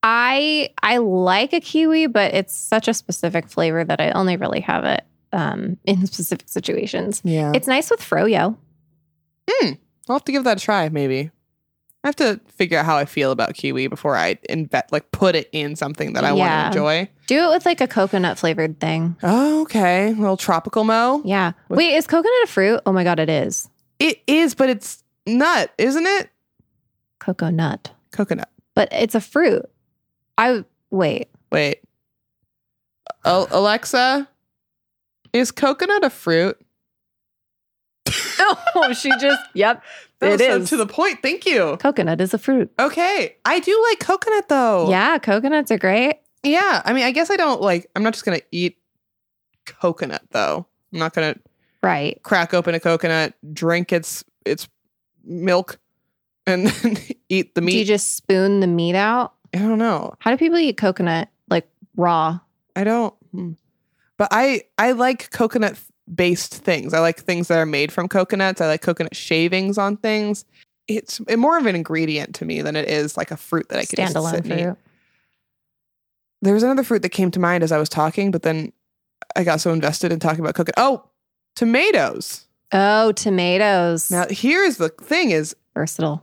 Speaker 2: I I like a kiwi, but it's such a specific flavor that I only really have it um, in specific situations.
Speaker 1: Yeah.
Speaker 2: It's nice with froyo.
Speaker 1: I'll have to give that a try, maybe. I have to figure out how I feel about kiwi before I invent, like, put it in something that I
Speaker 2: Yeah.
Speaker 1: want to enjoy.
Speaker 2: Do it with like a coconut flavored thing.
Speaker 1: Oh, okay. little tropical mo.
Speaker 2: Yeah.
Speaker 1: What-
Speaker 2: Wait, is coconut a fruit? Oh my god, it is
Speaker 1: It is, but it's nut, isn't it?
Speaker 2: coconut,
Speaker 1: Coconut.
Speaker 2: but it's a fruit. I wait.
Speaker 1: Wait. Al- Alexa, is coconut a fruit?
Speaker 2: oh, she just. Yep,
Speaker 1: That
Speaker 2: it
Speaker 1: was so
Speaker 2: is.
Speaker 1: to the point. Thank you.
Speaker 2: coconut is a fruit.
Speaker 1: Okay. I do like coconut though.
Speaker 2: Yeah, coconuts are great.
Speaker 1: Yeah. I mean, I guess I don't like, I'm not just going to eat coconut though. I'm not going to
Speaker 2: Right.
Speaker 1: crack open a coconut, drink its its milk, and eat the
Speaker 2: Do you
Speaker 1: meat.
Speaker 2: just spoon the meat out?
Speaker 1: I don't know.
Speaker 2: How do people eat coconut like raw?
Speaker 1: I don't. hmm. But I I like coconut based things. I like things that are made from coconuts. I like coconut shavings on things. It's more of an ingredient to me than it is like a fruit that I could just sit
Speaker 2: Standalone
Speaker 1: and eat.
Speaker 2: fruit.
Speaker 1: There was another fruit that came to mind as I was talking, but then I got so invested in talking about coconut. Oh, tomatoes.
Speaker 2: Oh, tomatoes.
Speaker 1: Now here's the thing: is
Speaker 2: Versatile.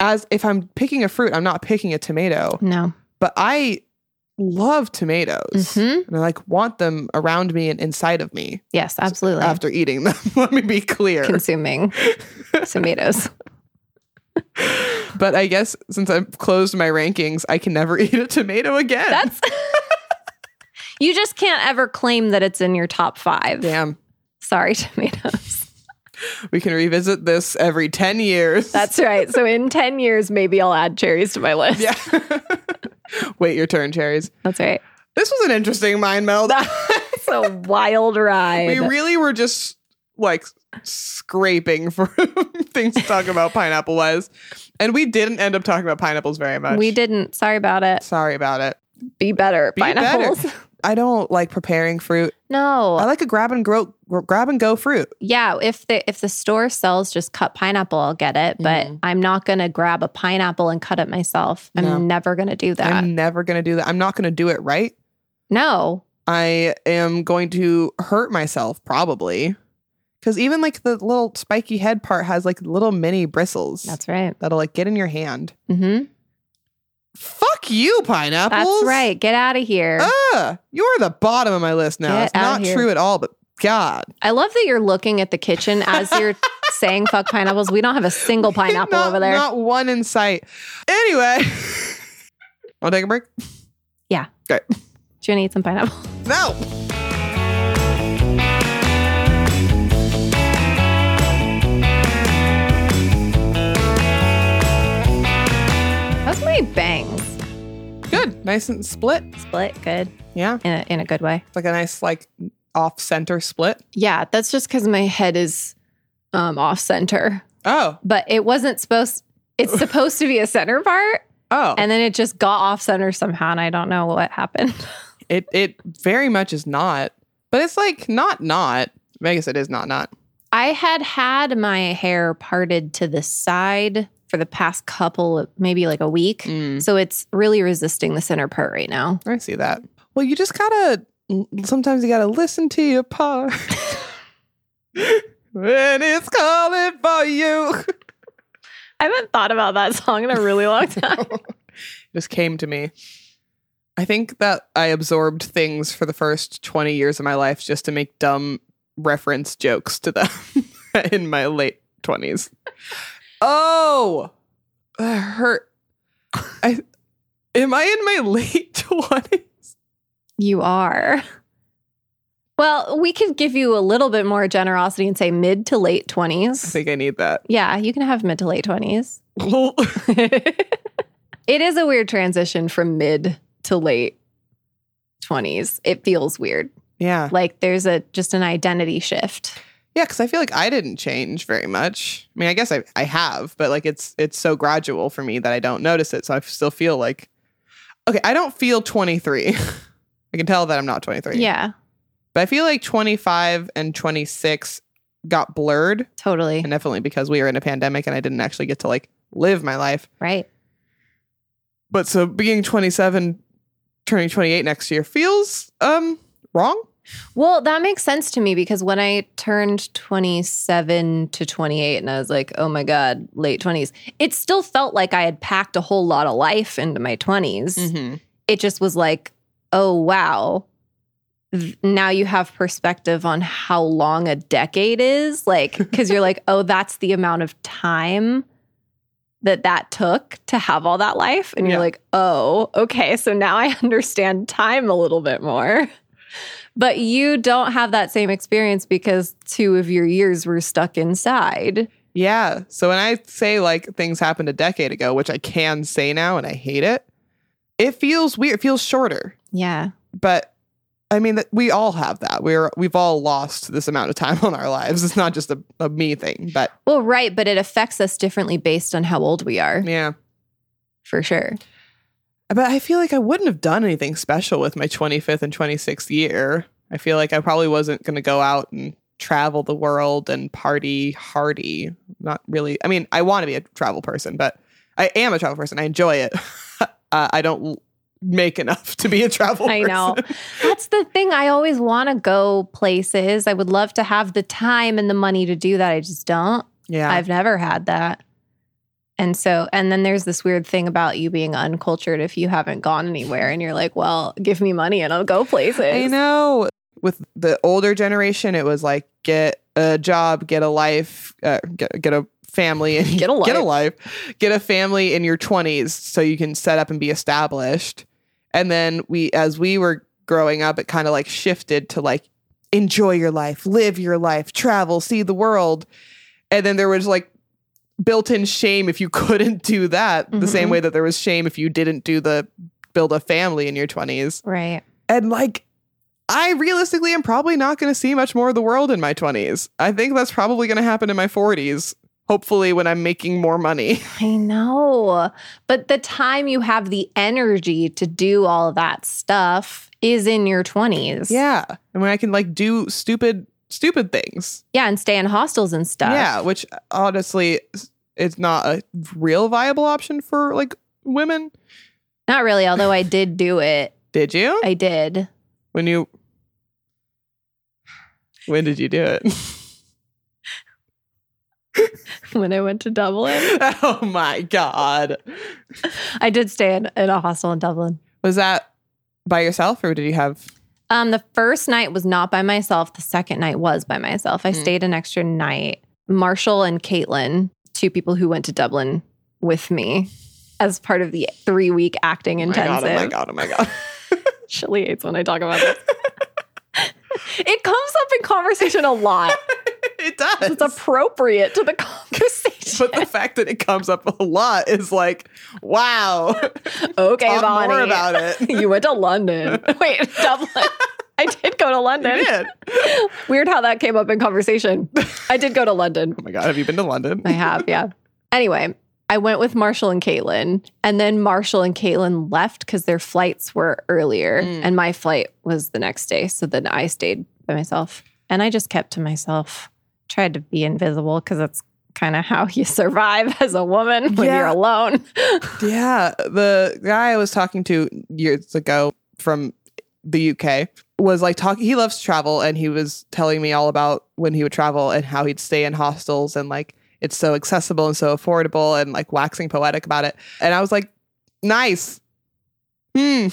Speaker 1: as if I'm picking a fruit, I'm not picking a tomato.
Speaker 2: No.
Speaker 1: but I love tomatoes.
Speaker 2: Mhm.
Speaker 1: And I like want them around me and inside of me
Speaker 2: Yes, absolutely.
Speaker 1: after eating them. Let me be clear.
Speaker 2: Consuming tomatoes.
Speaker 1: but I guess since I've closed my rankings, I can never eat a tomato again.
Speaker 2: That's. you just can't ever claim that it's in your top five.
Speaker 1: damn.
Speaker 2: Sorry, tomatoes.
Speaker 1: We can revisit this every 10 years.
Speaker 2: That's right. So in 10 years, maybe I'll add cherries to my list.
Speaker 1: yeah. Wait your turn, cherries.
Speaker 2: That's right.
Speaker 1: This was an interesting mind meld.
Speaker 2: It's a wild ride.
Speaker 1: we really were just like scraping for things to talk about pineapple wise. And we didn't end up talking about pineapples very much.
Speaker 2: We didn't. Sorry about it.
Speaker 1: Sorry about it.
Speaker 2: Be better.
Speaker 1: Be better.
Speaker 2: pineapples.
Speaker 1: I don't like preparing fruit.
Speaker 2: No.
Speaker 1: I like a grab and grow, grab and go fruit.
Speaker 2: yeah if the if the store sells just cut pineapple i'll get it but
Speaker 1: Mhm.
Speaker 2: i'm not gonna grab a pineapple and cut it myself i'm
Speaker 1: No.
Speaker 2: never gonna do that
Speaker 1: I'm never going to do that. I'm not going to do it right.
Speaker 2: no
Speaker 1: I am going to hurt myself probably. Cuz even like the little spiky head part has like little mini bristles
Speaker 2: that's right
Speaker 1: that'll like get in your hand.
Speaker 2: hmm
Speaker 1: Fuck you, pineapples.
Speaker 2: that's right get out of
Speaker 1: Oh,
Speaker 2: here
Speaker 1: Ugh, you're the bottom of my list now.
Speaker 2: Get
Speaker 1: it's
Speaker 2: out
Speaker 1: not
Speaker 2: here.
Speaker 1: true at all, but God.
Speaker 2: i love that you're looking at the kitchen as you're saying fuck pineapples we don't have a single pineapple
Speaker 1: Not-
Speaker 2: over there
Speaker 1: Not one in sight. Anyway, I'll take a break.
Speaker 2: do you want to eat some pineapple
Speaker 1: No.
Speaker 2: how's my bangs
Speaker 1: Good. Nice and split.
Speaker 2: split good
Speaker 1: Yeah.
Speaker 2: in a, in a good way
Speaker 1: It's like a nice, like, off center split.
Speaker 2: yeah that's just because my head is um off center
Speaker 1: Oh,
Speaker 2: but it wasn't supposed It's supposed to be a center part,
Speaker 1: Oh,
Speaker 2: and then it just got off center somehow, and I don't know what happened.
Speaker 1: it it very much is not, but it's like not not. I guess it is not not.
Speaker 2: I had had my hair parted to the side for the past couple, maybe like a week.
Speaker 1: Mm.
Speaker 2: So it's really resisting the center part right now.
Speaker 1: I see that. Well, you just gotta. Sometimes you gotta listen to your part when it's calling for you.
Speaker 2: I haven't thought about that song in a really long time.
Speaker 1: just came to me. I think that I absorbed things for the first 20 years of my life just to make dumb reference jokes to them in my late 20s. Oh, that hurt. I am I in my late 20s?
Speaker 2: you are. Well, we could give you a little bit more generosity and say mid to late
Speaker 1: I
Speaker 2: 20s.
Speaker 1: think I need that.
Speaker 2: Yeah, you can have mid to late 20s.
Speaker 1: Well,
Speaker 2: it is a weird transition from mid to late 20s. It feels weird.
Speaker 1: yeah.
Speaker 2: Like there's a just an identity shift.
Speaker 1: Yeah, cuz I feel like I didn't change very much. I mean, I guess I, I have, but like it's it's so gradual for me that I don't notice it. So I still feel like Okay, I don't feel 23. I can tell that I'm not 23.
Speaker 2: Yeah,
Speaker 1: But I feel like 25 and 26 got blurred,
Speaker 2: totally.
Speaker 1: and definitely because we were in a pandemic and I didn't actually get to like live my life.
Speaker 2: Right.
Speaker 1: But so being 27 turning 28 next year feels um wrong.
Speaker 2: Well, that makes sense to me because when I turned 27 to 28 and I was like, oh my God, late 20s, it still felt like I had packed a whole lot of life into my 20s.
Speaker 1: Mm-hmm.
Speaker 2: It just was like, oh wow. Th- Now you have perspective on how long a decade is, like, because you're like, oh, that's the amount of time that that took to have all that life. And you're
Speaker 1: Yeah.
Speaker 2: like, oh, okay. So now I understand time a little bit more. But you don't have that same experience because two of your years were stuck inside.
Speaker 1: Yeah. So when I say like things happened a decade ago, which I can say now and I hate it, it feels weird. It feels shorter.
Speaker 2: Yeah.
Speaker 1: But I mean, that we all have that. We're we've all lost this amount of time on our lives. It's not just a, a me thing, but
Speaker 2: Well, right. But it affects us differently based on how old we are,
Speaker 1: yeah.
Speaker 2: for sure.
Speaker 1: But I feel like I wouldn't have done anything special with my 25th and 26th year. I feel like I probably wasn't going to go out and travel the world and party hardy. Not really. I mean, I want to be a travel person, but I am a travel person. I enjoy it. uh, I don't l- make enough to be a travel
Speaker 2: I
Speaker 1: person.
Speaker 2: know. That's the thing. I always want to go places. I would love to have the time and the money to do that. I just don't.
Speaker 1: Yeah.
Speaker 2: I've never had that. And so, and then there's this weird thing about you being uncultured if you haven't gone anywhere and you're like, well, give me money and I'll go places.
Speaker 1: I know. With the older generation, it was like get a job, get a life, uh, get, get a family, and
Speaker 2: Get a
Speaker 1: get a
Speaker 2: life.
Speaker 1: life, get a family in your twenties so you can set up and be established. And then we, as we were growing up, it kind of like shifted to like enjoy your life, live your life, travel, see the world. And then there was like built-in shame if you couldn't do that, the same
Speaker 2: Mhm.
Speaker 1: way that there was shame if you didn't do the build a family in your twenties.
Speaker 2: Right.
Speaker 1: And like, I realistically am probably not going to see much more of the world in my 20s. I think that's probably going to happen in my 40s, hopefully, when I'm making more money.
Speaker 2: I know. But the time you have the energy to do all that stuff is in your 20s.
Speaker 1: yeah. And when I can like do stupid, stupid things.
Speaker 2: Yeah. And stay in hostels and stuff.
Speaker 1: Yeah. Which honestly, s- it's not a real viable option for like women.
Speaker 2: Not really. Although I did do it.
Speaker 1: Did you?
Speaker 2: I did.
Speaker 1: when you. When did you do it?
Speaker 2: when I went to Dublin.
Speaker 1: oh my God.
Speaker 2: I did stay in, in a hostel in Dublin.
Speaker 1: Was that by yourself or did you have.
Speaker 2: Um, the first night was not by myself. The second night was by myself. I
Speaker 1: Mm.
Speaker 2: stayed an extra night. Marshall and Caitlin, two people who went to Dublin with me as part of the three week acting
Speaker 1: Oh my God,
Speaker 2: intensive.
Speaker 1: oh my God. Oh my God.
Speaker 2: Shirley hates when I talk about this. it comes up in conversation a lot.
Speaker 1: it does.
Speaker 2: It's appropriate to the conversation.
Speaker 1: But the fact that it comes up a lot is like, wow.
Speaker 2: okay,
Speaker 1: oh, Talk
Speaker 2: Bonnie.
Speaker 1: more about it.
Speaker 2: you went to London. Wait, Dublin. I did go to
Speaker 1: You
Speaker 2: London.
Speaker 1: did.
Speaker 2: Weird how that came up in conversation. I did go to London.
Speaker 1: Oh my god, have you been to London?
Speaker 2: I have, yeah. Anyway, I I went with Marshall and Caitlin, and then Marshall and Caitlin left because their flights were earlier,
Speaker 1: Mm.
Speaker 2: and my flight was the next day. So then I stayed by myself, and I just kept to myself. Tried to be invisible because that's kind of how you survive as a woman when you're
Speaker 1: Yeah.
Speaker 2: alone.
Speaker 1: Yeah, the guy I was talking to years ago from the UK was like talking. He loves to travel, and he was telling me all about when he would travel and how he'd stay in hostels and like it's so accessible and so affordable and like waxing poetic about it. And I was like, nice. Hmm.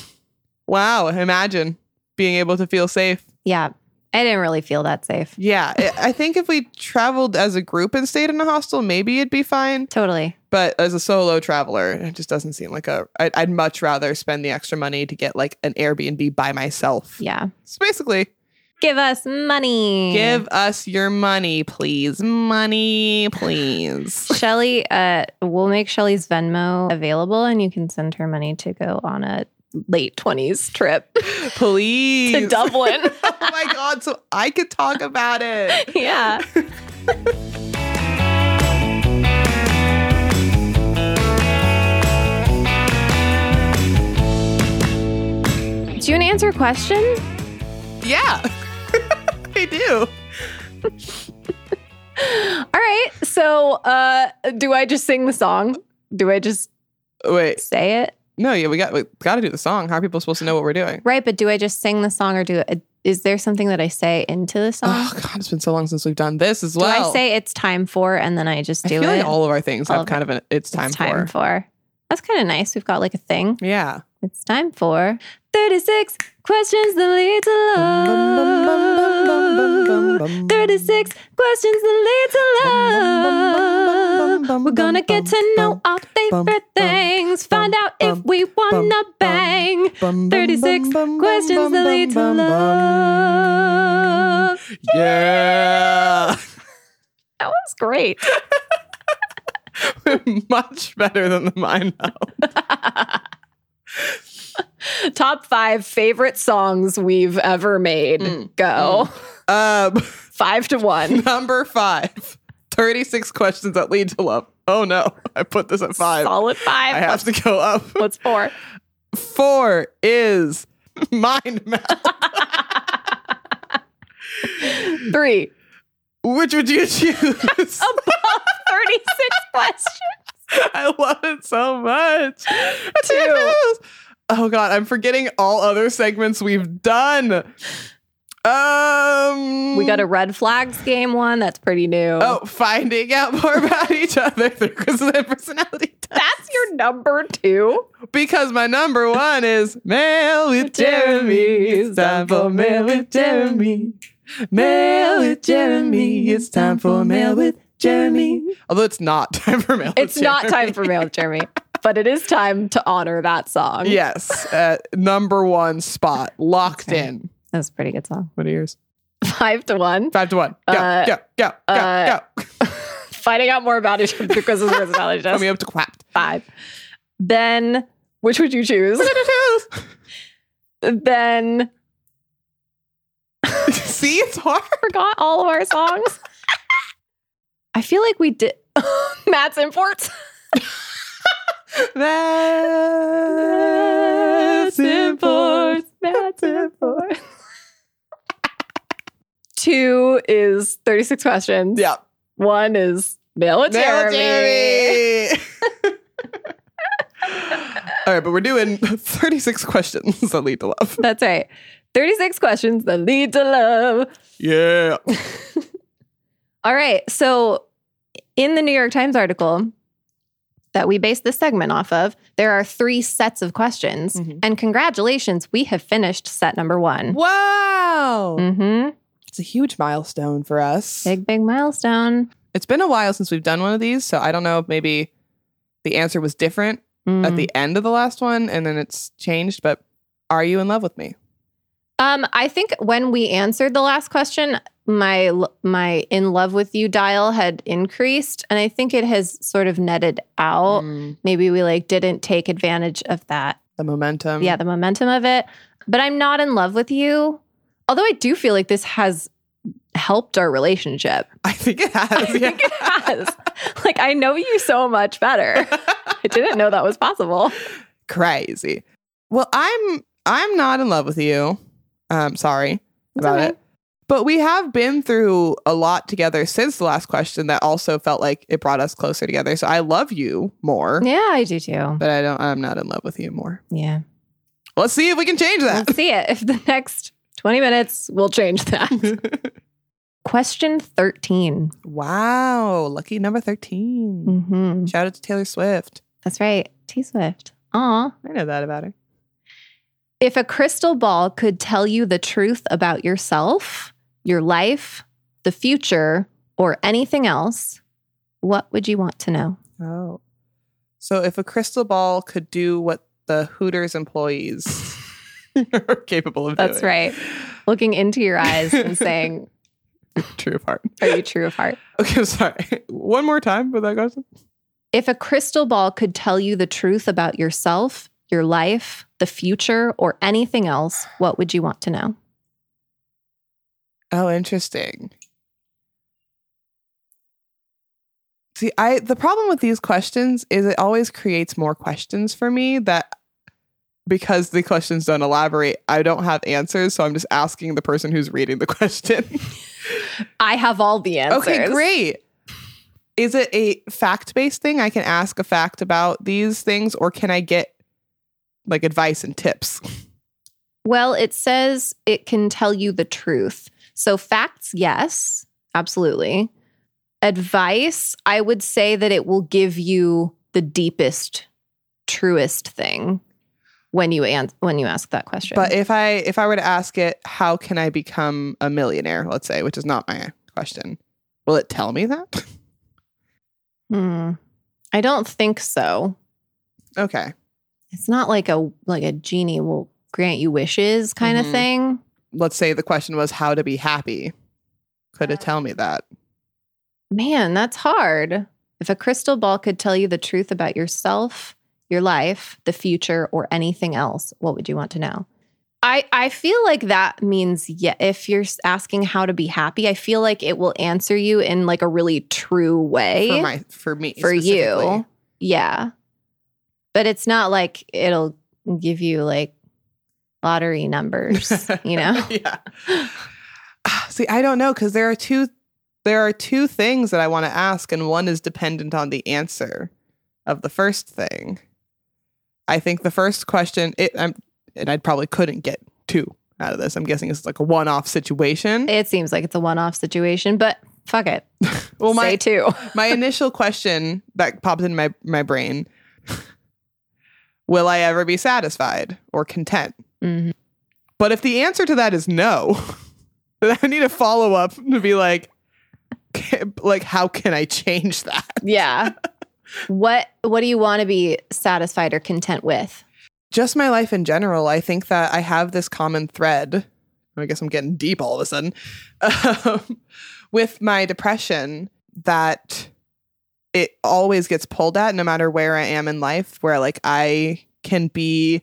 Speaker 1: Wow. Imagine being able to feel safe.
Speaker 2: yeah, I didn't really feel that safe.
Speaker 1: Yeah, I- I think if we traveled as a group and stayed in a hostel, maybe it'd be fine.
Speaker 2: Totally.
Speaker 1: But as a solo traveler, it just doesn't seem like a. I'd, I'd much rather spend the extra money to get like an Airbnb by myself.
Speaker 2: Yeah.
Speaker 1: So basically,
Speaker 2: Give us money.
Speaker 1: give us your money, please. Money, please.
Speaker 2: Shelly, uh, we'll make Shelly's Venmo available and you can send her money to go on a late 20s trip
Speaker 1: please.
Speaker 2: to Dublin.
Speaker 1: oh my God. So I could talk about it.
Speaker 2: yeah. Do you want to answer a question?
Speaker 1: Yeah. I do.
Speaker 2: All right. So, uh, do I just sing the song? Do I just
Speaker 1: Wait.
Speaker 2: say it?
Speaker 1: No, yeah, we got we got to do the song. How are people supposed to know what we're doing?
Speaker 2: Right. But do I just sing the song or do is there something that I say into the song?
Speaker 1: Oh God, it's been so long since we've done this as well.
Speaker 2: Do I say it's time for and then I just
Speaker 1: I
Speaker 2: do
Speaker 1: feel
Speaker 2: it?
Speaker 1: like all of our things
Speaker 2: All
Speaker 1: have
Speaker 2: of
Speaker 1: kind of an it's time,
Speaker 2: it's time
Speaker 1: for.
Speaker 2: for. That's kind of nice. We've got like a thing.
Speaker 1: Yeah.
Speaker 2: It's time for 36 questions that lead to love. 36 questions that lead to love. We're gonna get to know our favorite things. Find out if we wanna bang. 36 questions that lead to love.
Speaker 1: Yeah.
Speaker 2: That was great.
Speaker 1: Much better than the mine now.
Speaker 2: Top five favorite songs we've ever made.
Speaker 1: Mm.
Speaker 2: Go.
Speaker 1: Um,
Speaker 2: Five to one.
Speaker 1: number five 36 questions that lead to love. Oh no, I put this at five.
Speaker 2: Solid five.
Speaker 1: I have to go up.
Speaker 2: What's four?
Speaker 1: Four is mind map.
Speaker 2: Three.
Speaker 1: Which would you choose?
Speaker 2: Above 36 questions.
Speaker 1: I love it so much.
Speaker 2: Two.
Speaker 1: Oh god, I'm forgetting all other segments we've done. Um
Speaker 2: We got a red flags game one. That's pretty new.
Speaker 1: Oh, finding out more about each other through quizzes and personality tests.
Speaker 2: That's your number two.
Speaker 1: Because my number one is Mail with Jeremy. It's time for Mail with Jeremy. Mail with Jeremy. It's time for Mail with Jeremy. Although it's not time for Mail with
Speaker 2: It's not
Speaker 1: Jeremy.
Speaker 2: time for Mail with Jeremy, but it is time to honor that song.
Speaker 1: Yes, uh, number one spot, locked
Speaker 2: Okay.
Speaker 1: in.
Speaker 2: That was a pretty good song.
Speaker 1: What are yours?
Speaker 2: Five to one.
Speaker 1: Five to one. Go,
Speaker 2: Uh,
Speaker 1: go, go, go,
Speaker 2: uh,
Speaker 1: go.
Speaker 2: Finding out more about each other because of the personality test.
Speaker 1: Coming up to clapped.
Speaker 2: Five. Then, which would you choose? then,
Speaker 1: See, it's hard.
Speaker 2: forgot all of our songs. I feel like we did. Matt's Imports.
Speaker 1: That's important.
Speaker 2: Matt's
Speaker 1: Imports.
Speaker 2: Two is 36 questions.
Speaker 1: Yeah.
Speaker 2: One is Mail it
Speaker 1: Nailed
Speaker 2: Jeremy.
Speaker 1: Jeremy. All right, but we're doing 36 questions that lead to love.
Speaker 2: That's right. 36 questions that lead to love.
Speaker 1: Yeah.
Speaker 2: All right. So, in the New York Times article that we based this segment off of, there are three sets of questions.
Speaker 1: Mhm.
Speaker 2: And congratulations, we have finished set number one.
Speaker 1: Wow.
Speaker 2: Mm-hmm.
Speaker 1: It's a huge milestone for us.
Speaker 2: Big, big milestone.
Speaker 1: It's been a while since we've done one of these, so I don't know if maybe the answer was different
Speaker 2: Mm.
Speaker 1: at the end of the last one and then it's changed, but are you in love with me?
Speaker 2: Um, I think when we answered the last question, my l- my in love with you dial had increased, and I think it has sort of netted out.
Speaker 1: Mm,
Speaker 2: Maybe we like didn't take advantage of that.
Speaker 1: the momentum.
Speaker 2: yeah, the momentum of it. But I'm not in love with you. Although I do feel like this has helped our relationship.
Speaker 1: I think it has.
Speaker 2: I think
Speaker 1: Oh, yeah.
Speaker 2: it was. like, I know you so much better. I didn't know that was possible.
Speaker 1: Crazy. Well, I'm I'm not in love with you. Um, sorry
Speaker 2: It's
Speaker 1: about
Speaker 2: okay.
Speaker 1: it. But we have been through a lot together since the last question that also felt like it brought us closer together. So I love you more,
Speaker 2: Yeah, I do too.
Speaker 1: but I don't I'm not in love with you more.
Speaker 2: Yeah.
Speaker 1: Let's see if we can change that.
Speaker 2: Let's see it. If the next 20 minutes will change that. Question 13.
Speaker 1: wow, lucky number 13.
Speaker 2: Mm-hmm.
Speaker 1: Shout out to Taylor Swift.
Speaker 2: That's right. T Swift. Aw.
Speaker 1: I know that about her.
Speaker 2: If a crystal ball could tell you the truth about yourself, your life, the future, or anything else, what would you want to know?
Speaker 1: Oh. So if a crystal ball could do what the Hooters employees are capable of
Speaker 2: That's
Speaker 1: doing.
Speaker 2: right. Looking into your eyes and saying,
Speaker 1: True of heart.
Speaker 2: Are you true of heart?
Speaker 1: Okay, I'm sorry. One more time for that question.
Speaker 2: If a crystal ball could tell you the truth about yourself, your life, the future, or anything else, what would you want to know?
Speaker 1: Oh, interesting. See, I the problem with these questions is it always creates more questions for me that because the questions don't elaborate, I don't have answers, so I'm just asking the person who's reading the question.
Speaker 2: I have all the answers.
Speaker 1: Okay, great. Is it a fact based thing? I can ask a fact about these things, or can I get like advice and tips?
Speaker 2: Well, it says it can tell you the truth. So, facts, yes, absolutely. Advice, I would say that it will give you the deepest, truest thing when you an- when you ask that question.
Speaker 1: But if I if I were to ask it, how can I become a millionaire? Let's say, which is not my question. Will it tell me that?
Speaker 2: Hmm. I don't think so.
Speaker 1: okay,
Speaker 2: It's not like a like a genie will grant you wishes kind
Speaker 1: Mhm.
Speaker 2: of thing.
Speaker 1: let's say the question was how to be happy. Could
Speaker 2: Uh,
Speaker 1: it tell me that?
Speaker 2: Man, that's hard. If a crystal ball could tell you the truth about yourself, your life, the future, or anything else, what would you want to know? I, I feel like that means yeah, if you're s- asking how to be happy, I feel like it will answer you in like a really true way
Speaker 1: For my for me
Speaker 2: for
Speaker 1: specifically?
Speaker 2: you. Yeah. But it's not like it'll give you like lottery numbers, you know?
Speaker 1: yeah. See, I don't know because there are two there are two things that I want to ask, and one is dependent on the answer of the first thing. I think the first question, it, I'm, and I probably couldn't get two out of this. I'm guessing it's like a one-off situation.
Speaker 2: It seems like it's a one off situation, but fuck it.
Speaker 1: well, my
Speaker 2: Say two.
Speaker 1: my initial question that popped in my my brain: Will I ever be satisfied or content?
Speaker 2: Mhm.
Speaker 1: But if the answer to that is no, then I need a follow up to be like, can- like how can I change that?
Speaker 2: yeah what what do you want to be satisfied or content with
Speaker 1: Just my life in general. I think that I have this common thread. I guess I'm getting deep all of a sudden um, with my depression that it always gets pulled at no matter where I am in life, where like I can be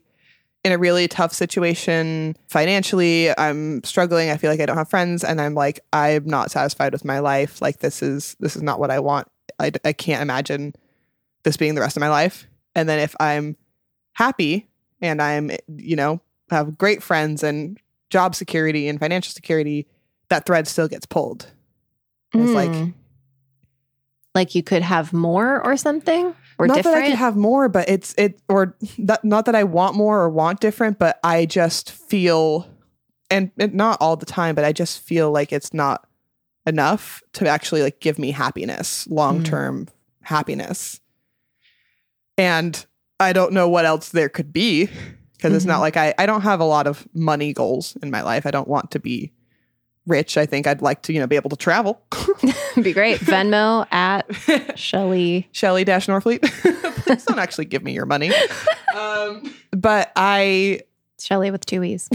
Speaker 1: in a really tough situation financially. I'm struggling. I feel like I don't have friends and I'm like, I'm not satisfied with my life. Like this is, this is not what I want. I, d- I can't imagine this being the rest of my life. And then if I'm happy and I'm, you know, have great friends and job security and financial security, that thread still gets pulled. It's like-
Speaker 2: Hmm. like you could have more or something or
Speaker 1: not
Speaker 2: different
Speaker 1: that I could have more, but it's it or that, not that I want more or want different, but I just feel and, and not all the time, but I just feel like it's not enough to actually like give me happiness, long term
Speaker 2: Mm.
Speaker 1: happiness. And I don't know what else there could be because it's not
Speaker 2: Mhm.
Speaker 1: like I I don't have a lot of money goals in my life. I don't want to be rich. I think I'd like to you know be able to travel.
Speaker 2: be great venmo at shelly
Speaker 1: Shelly Dash Norfleet, please don't actually give me your money. Um, but I
Speaker 2: shelly with two e's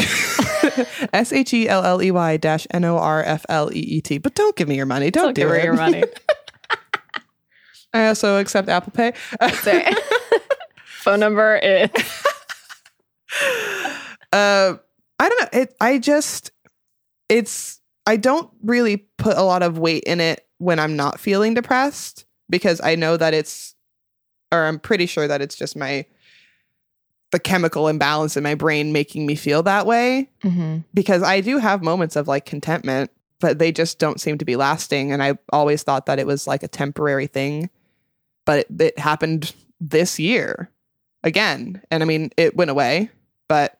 Speaker 1: S H E L L E Y dash N O R F L E E T. But don't give me your money. Don't, do it.
Speaker 2: money
Speaker 1: I also accept Apple Pay.
Speaker 2: Sorry. phone number is
Speaker 1: uh, I don't know. It. I just. It's. I don't really put a lot of weight in it when I'm not feeling depressed because I know that it's, or I'm pretty sure that it's just my, the chemical imbalance in my brain making me feel that way
Speaker 2: Mm-hmm.
Speaker 1: because I do have moments of like contentment, but they just don't seem to be lasting. And I always thought that it was like a temporary thing, but it, it happened this year again. And I mean, it went away, but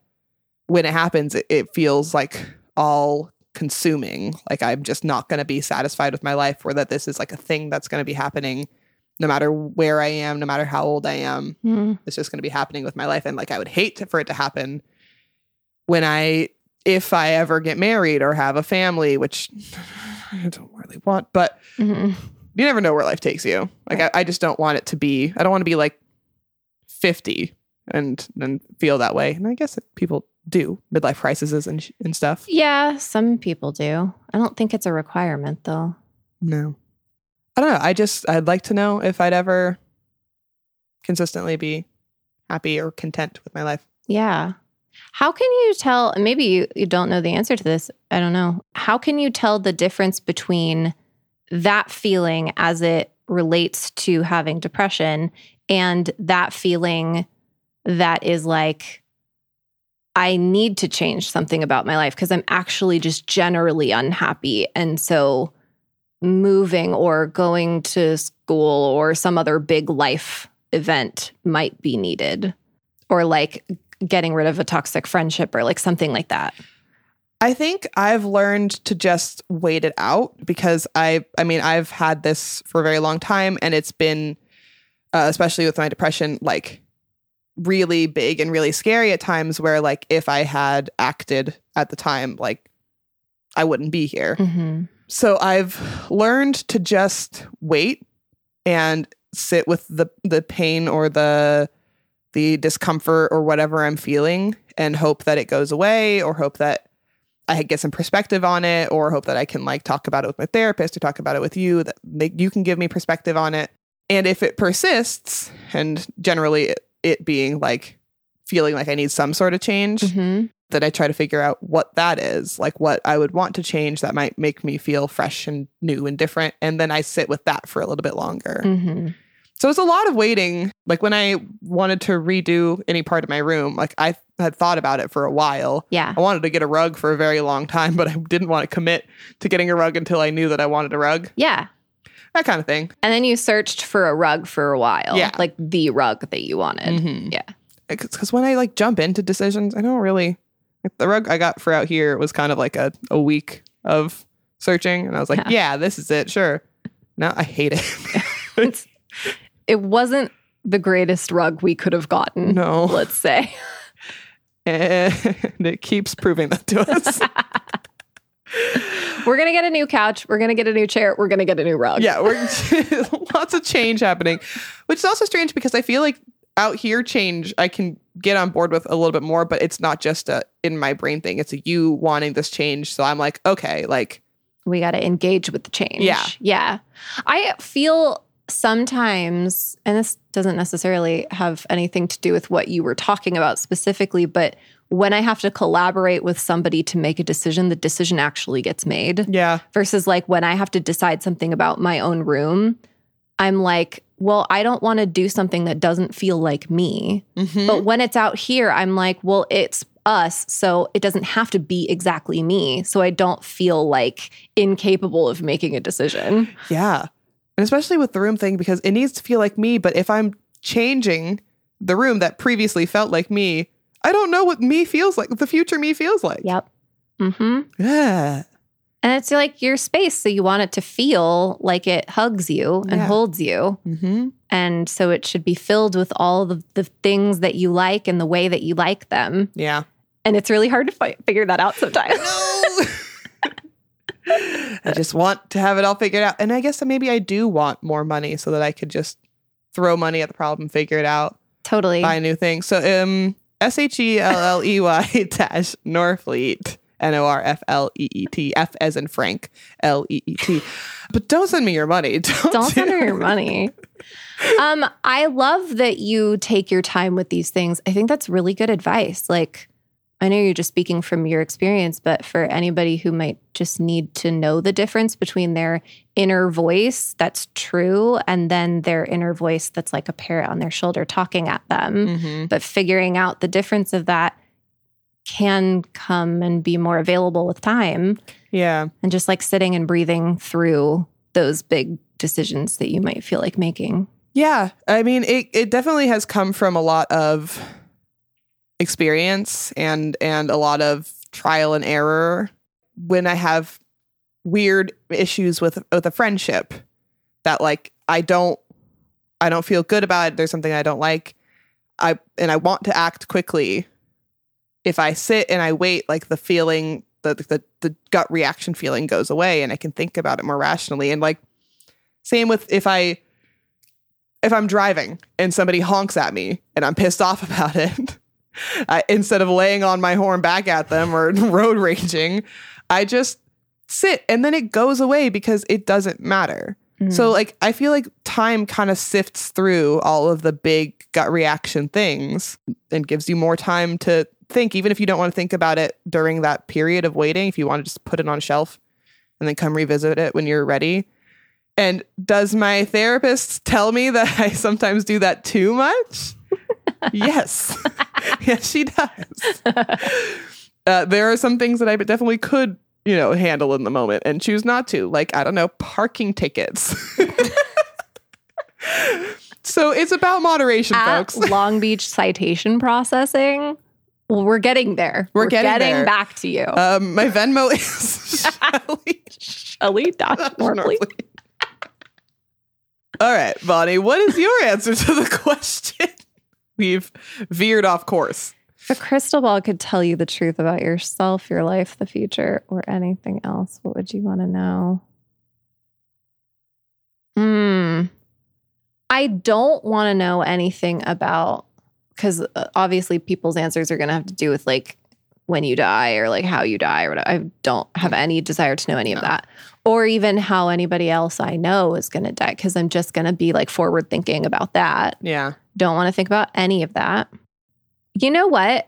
Speaker 1: when it happens, it, it feels like all consuming. Like I'm just not going to be satisfied with my life or that this is like a thing that's going to be happening no matter where I am, no matter how old I am
Speaker 2: Mm-hmm.
Speaker 1: it's just going to be happening with my life and like i would hate to- for it to happen when i if i ever get married or have a family which i don't really want but
Speaker 2: Mm-hmm.
Speaker 1: you never know where life takes you like I, I just don't want it to be i don't want to be like 50 and then feel that way and i guess that people do midlife crises and, sh- and stuff
Speaker 2: Yeah, some people do. I don't think it's a requirement though.
Speaker 1: no i don't know i just i'd like to know if i'd ever consistently be happy or content with my life
Speaker 2: Yeah. How can you tell? Maybe you, you don't know the answer to this. I don't know. How can you tell the difference between that feeling as it relates to having depression and that feeling that is like, I need to change something about my life because I'm actually just generally unhappy. And so moving or going to school or some other big life event might be needed or like getting rid of a toxic friendship or like something like that.
Speaker 1: I think I've learned to just wait it out because I I mean I've had this for a very long time and it's been uh, especially with my depression like really big and really scary at times where like if I had acted at the time like I wouldn't be here.
Speaker 2: Mm-hmm.
Speaker 1: So I've learned to just wait and sit with the the pain or the the discomfort or whatever I'm feeling and hope that it goes away or hope that I get some perspective on it or hope that I can like talk about it with my therapist or talk about it with you that they, you can give me perspective on it. And if it persists and generally it, it being like feeling like I need some sort of change,
Speaker 2: Mm-hmm.
Speaker 1: that I try to figure out what that is, like what I would want to change that might make me feel fresh and new and different. And then I sit with that for a little bit longer.
Speaker 2: Mm-hmm.
Speaker 1: So it's a lot of waiting. Like when I wanted to redo any part of my room, like I had thought about it for a while.
Speaker 2: Yeah.
Speaker 1: I wanted to get a rug for a very long time, but I didn't want to commit to getting a rug until I knew that I wanted a rug,
Speaker 2: Yeah.
Speaker 1: that kind of thing.
Speaker 2: And then you searched for a rug for a while.
Speaker 1: Yeah.
Speaker 2: Like the rug that you wanted. Yeah.
Speaker 1: Because Uh, when I like jump into decisions, I don't really. Like the rug I got for out here was kind of like a, a week of searching. And I was like,
Speaker 2: Yeah.
Speaker 1: yeah, this is it. Sure. No, I hate it.
Speaker 2: It's, it wasn't the greatest rug we could have gotten.
Speaker 1: no.
Speaker 2: Let's say.
Speaker 1: And it keeps proving that to us.
Speaker 2: We're going to get a new couch. We're going to get a new chair. We're going to get a new rug.
Speaker 1: yeah. We're, lots of change happening, which is also strange because I feel like out here change I can get on board with a little bit more, but it's not just a in my brain thing. It's a you wanting this change. So I'm like, okay, like,
Speaker 2: we got to engage with the change.
Speaker 1: Yeah.
Speaker 2: Yeah. I feel sometimes, and this doesn't necessarily have anything to do with what you were talking about specifically, but when I have to collaborate with somebody to make a decision, the decision actually gets made
Speaker 1: yeah.
Speaker 2: versus like when I have to decide something about my own room, I'm like, well, I don't want to do something that doesn't feel like me.
Speaker 1: Mhm.
Speaker 2: But when it's out here, I'm like, well, it's us, so it doesn't have to be exactly me. So I don't feel like incapable of making a decision.
Speaker 1: Yeah. And especially with the room thing, because it needs to feel like me. But if I'm changing the room that previously felt like me, I don't know what me feels like, what the future me feels like.
Speaker 2: Yep. Mm-hmm.
Speaker 1: Yeah.
Speaker 2: And it's like your space, so you want it to feel like it hugs you and
Speaker 1: Yeah.
Speaker 2: holds you.
Speaker 1: Mm-hmm.
Speaker 2: And so it should be filled with all the, the things that you like and the way that you like them.
Speaker 1: Yeah.
Speaker 2: And it's really hard to fi- figure that out sometimes.
Speaker 1: No. I just want to have it all figured out. And I guess maybe I do want more money so that I could just throw money at the problem, figure it out,
Speaker 2: totally.
Speaker 1: buy new things. So um S H E L L E Y dash Norfleet. N O R F L E E T F as in Frank L E E T. But don't send me your money. Don't,
Speaker 2: Don't send
Speaker 1: do-
Speaker 2: her your money. Um, I love that you take your time with these things. I think that's really good advice. Like, I know you're just speaking from your experience, but for anybody who might just need to know the difference between their inner voice that's true and then their inner voice that's like a parrot on their shoulder talking at them,
Speaker 1: Mm-hmm.
Speaker 2: but figuring out the difference of that can come and be more available with time
Speaker 1: Yeah.
Speaker 2: and just like sitting and breathing through those big decisions that you might feel like making.
Speaker 1: Yeah, I mean it it definitely has come from a lot of experience and and a lot of trial and error when I have weird issues with with a friendship that like I don't I don't feel good about it. There's something I don't like. I and I want to act quickly. If I sit and I wait, like the feeling the the, the gut reaction feeling goes away and I can think about it more rationally. And like same with if I if I'm driving and somebody honks at me and I'm pissed off about it, I, instead of laying on my horn back at them or road raging, I just sit and then it goes away because it doesn't matter. So, like, I feel like time kind of sifts through all of the big gut reaction things and gives you more time to think, even if you don't want to think about it during that period of waiting, if you want to just put it on a shelf and then come revisit it when you're ready. And does my therapist tell me that I sometimes do that too much? yes. yes, she does. Uh, there are some things that I definitely could, you know, handle in the moment and choose not to. Like, I don't know, parking tickets. so it's about moderation,
Speaker 2: at
Speaker 1: folks.
Speaker 2: Long Beach citation processing, well, we're getting there.
Speaker 1: We're getting there.
Speaker 2: back to you.
Speaker 1: Um, my Venmo is Shelly
Speaker 2: Shelly Dosh Morley.
Speaker 1: Sharpley. All right, Bonnie, what is your answer to the question? We've veered off course.
Speaker 2: If a crystal ball could tell you the truth about yourself, your life, the future, or anything else, what would you want to know? Hmm. I don't want to know anything about because obviously people's answers are going to have to do with like when you die or like how you die or whatever. I don't have any desire to know any of
Speaker 1: No.
Speaker 2: that or even how anybody else I know is going to die because I'm just going to be like forward thinking about that.
Speaker 1: Yeah.
Speaker 2: Don't want to think about any of that. You know what?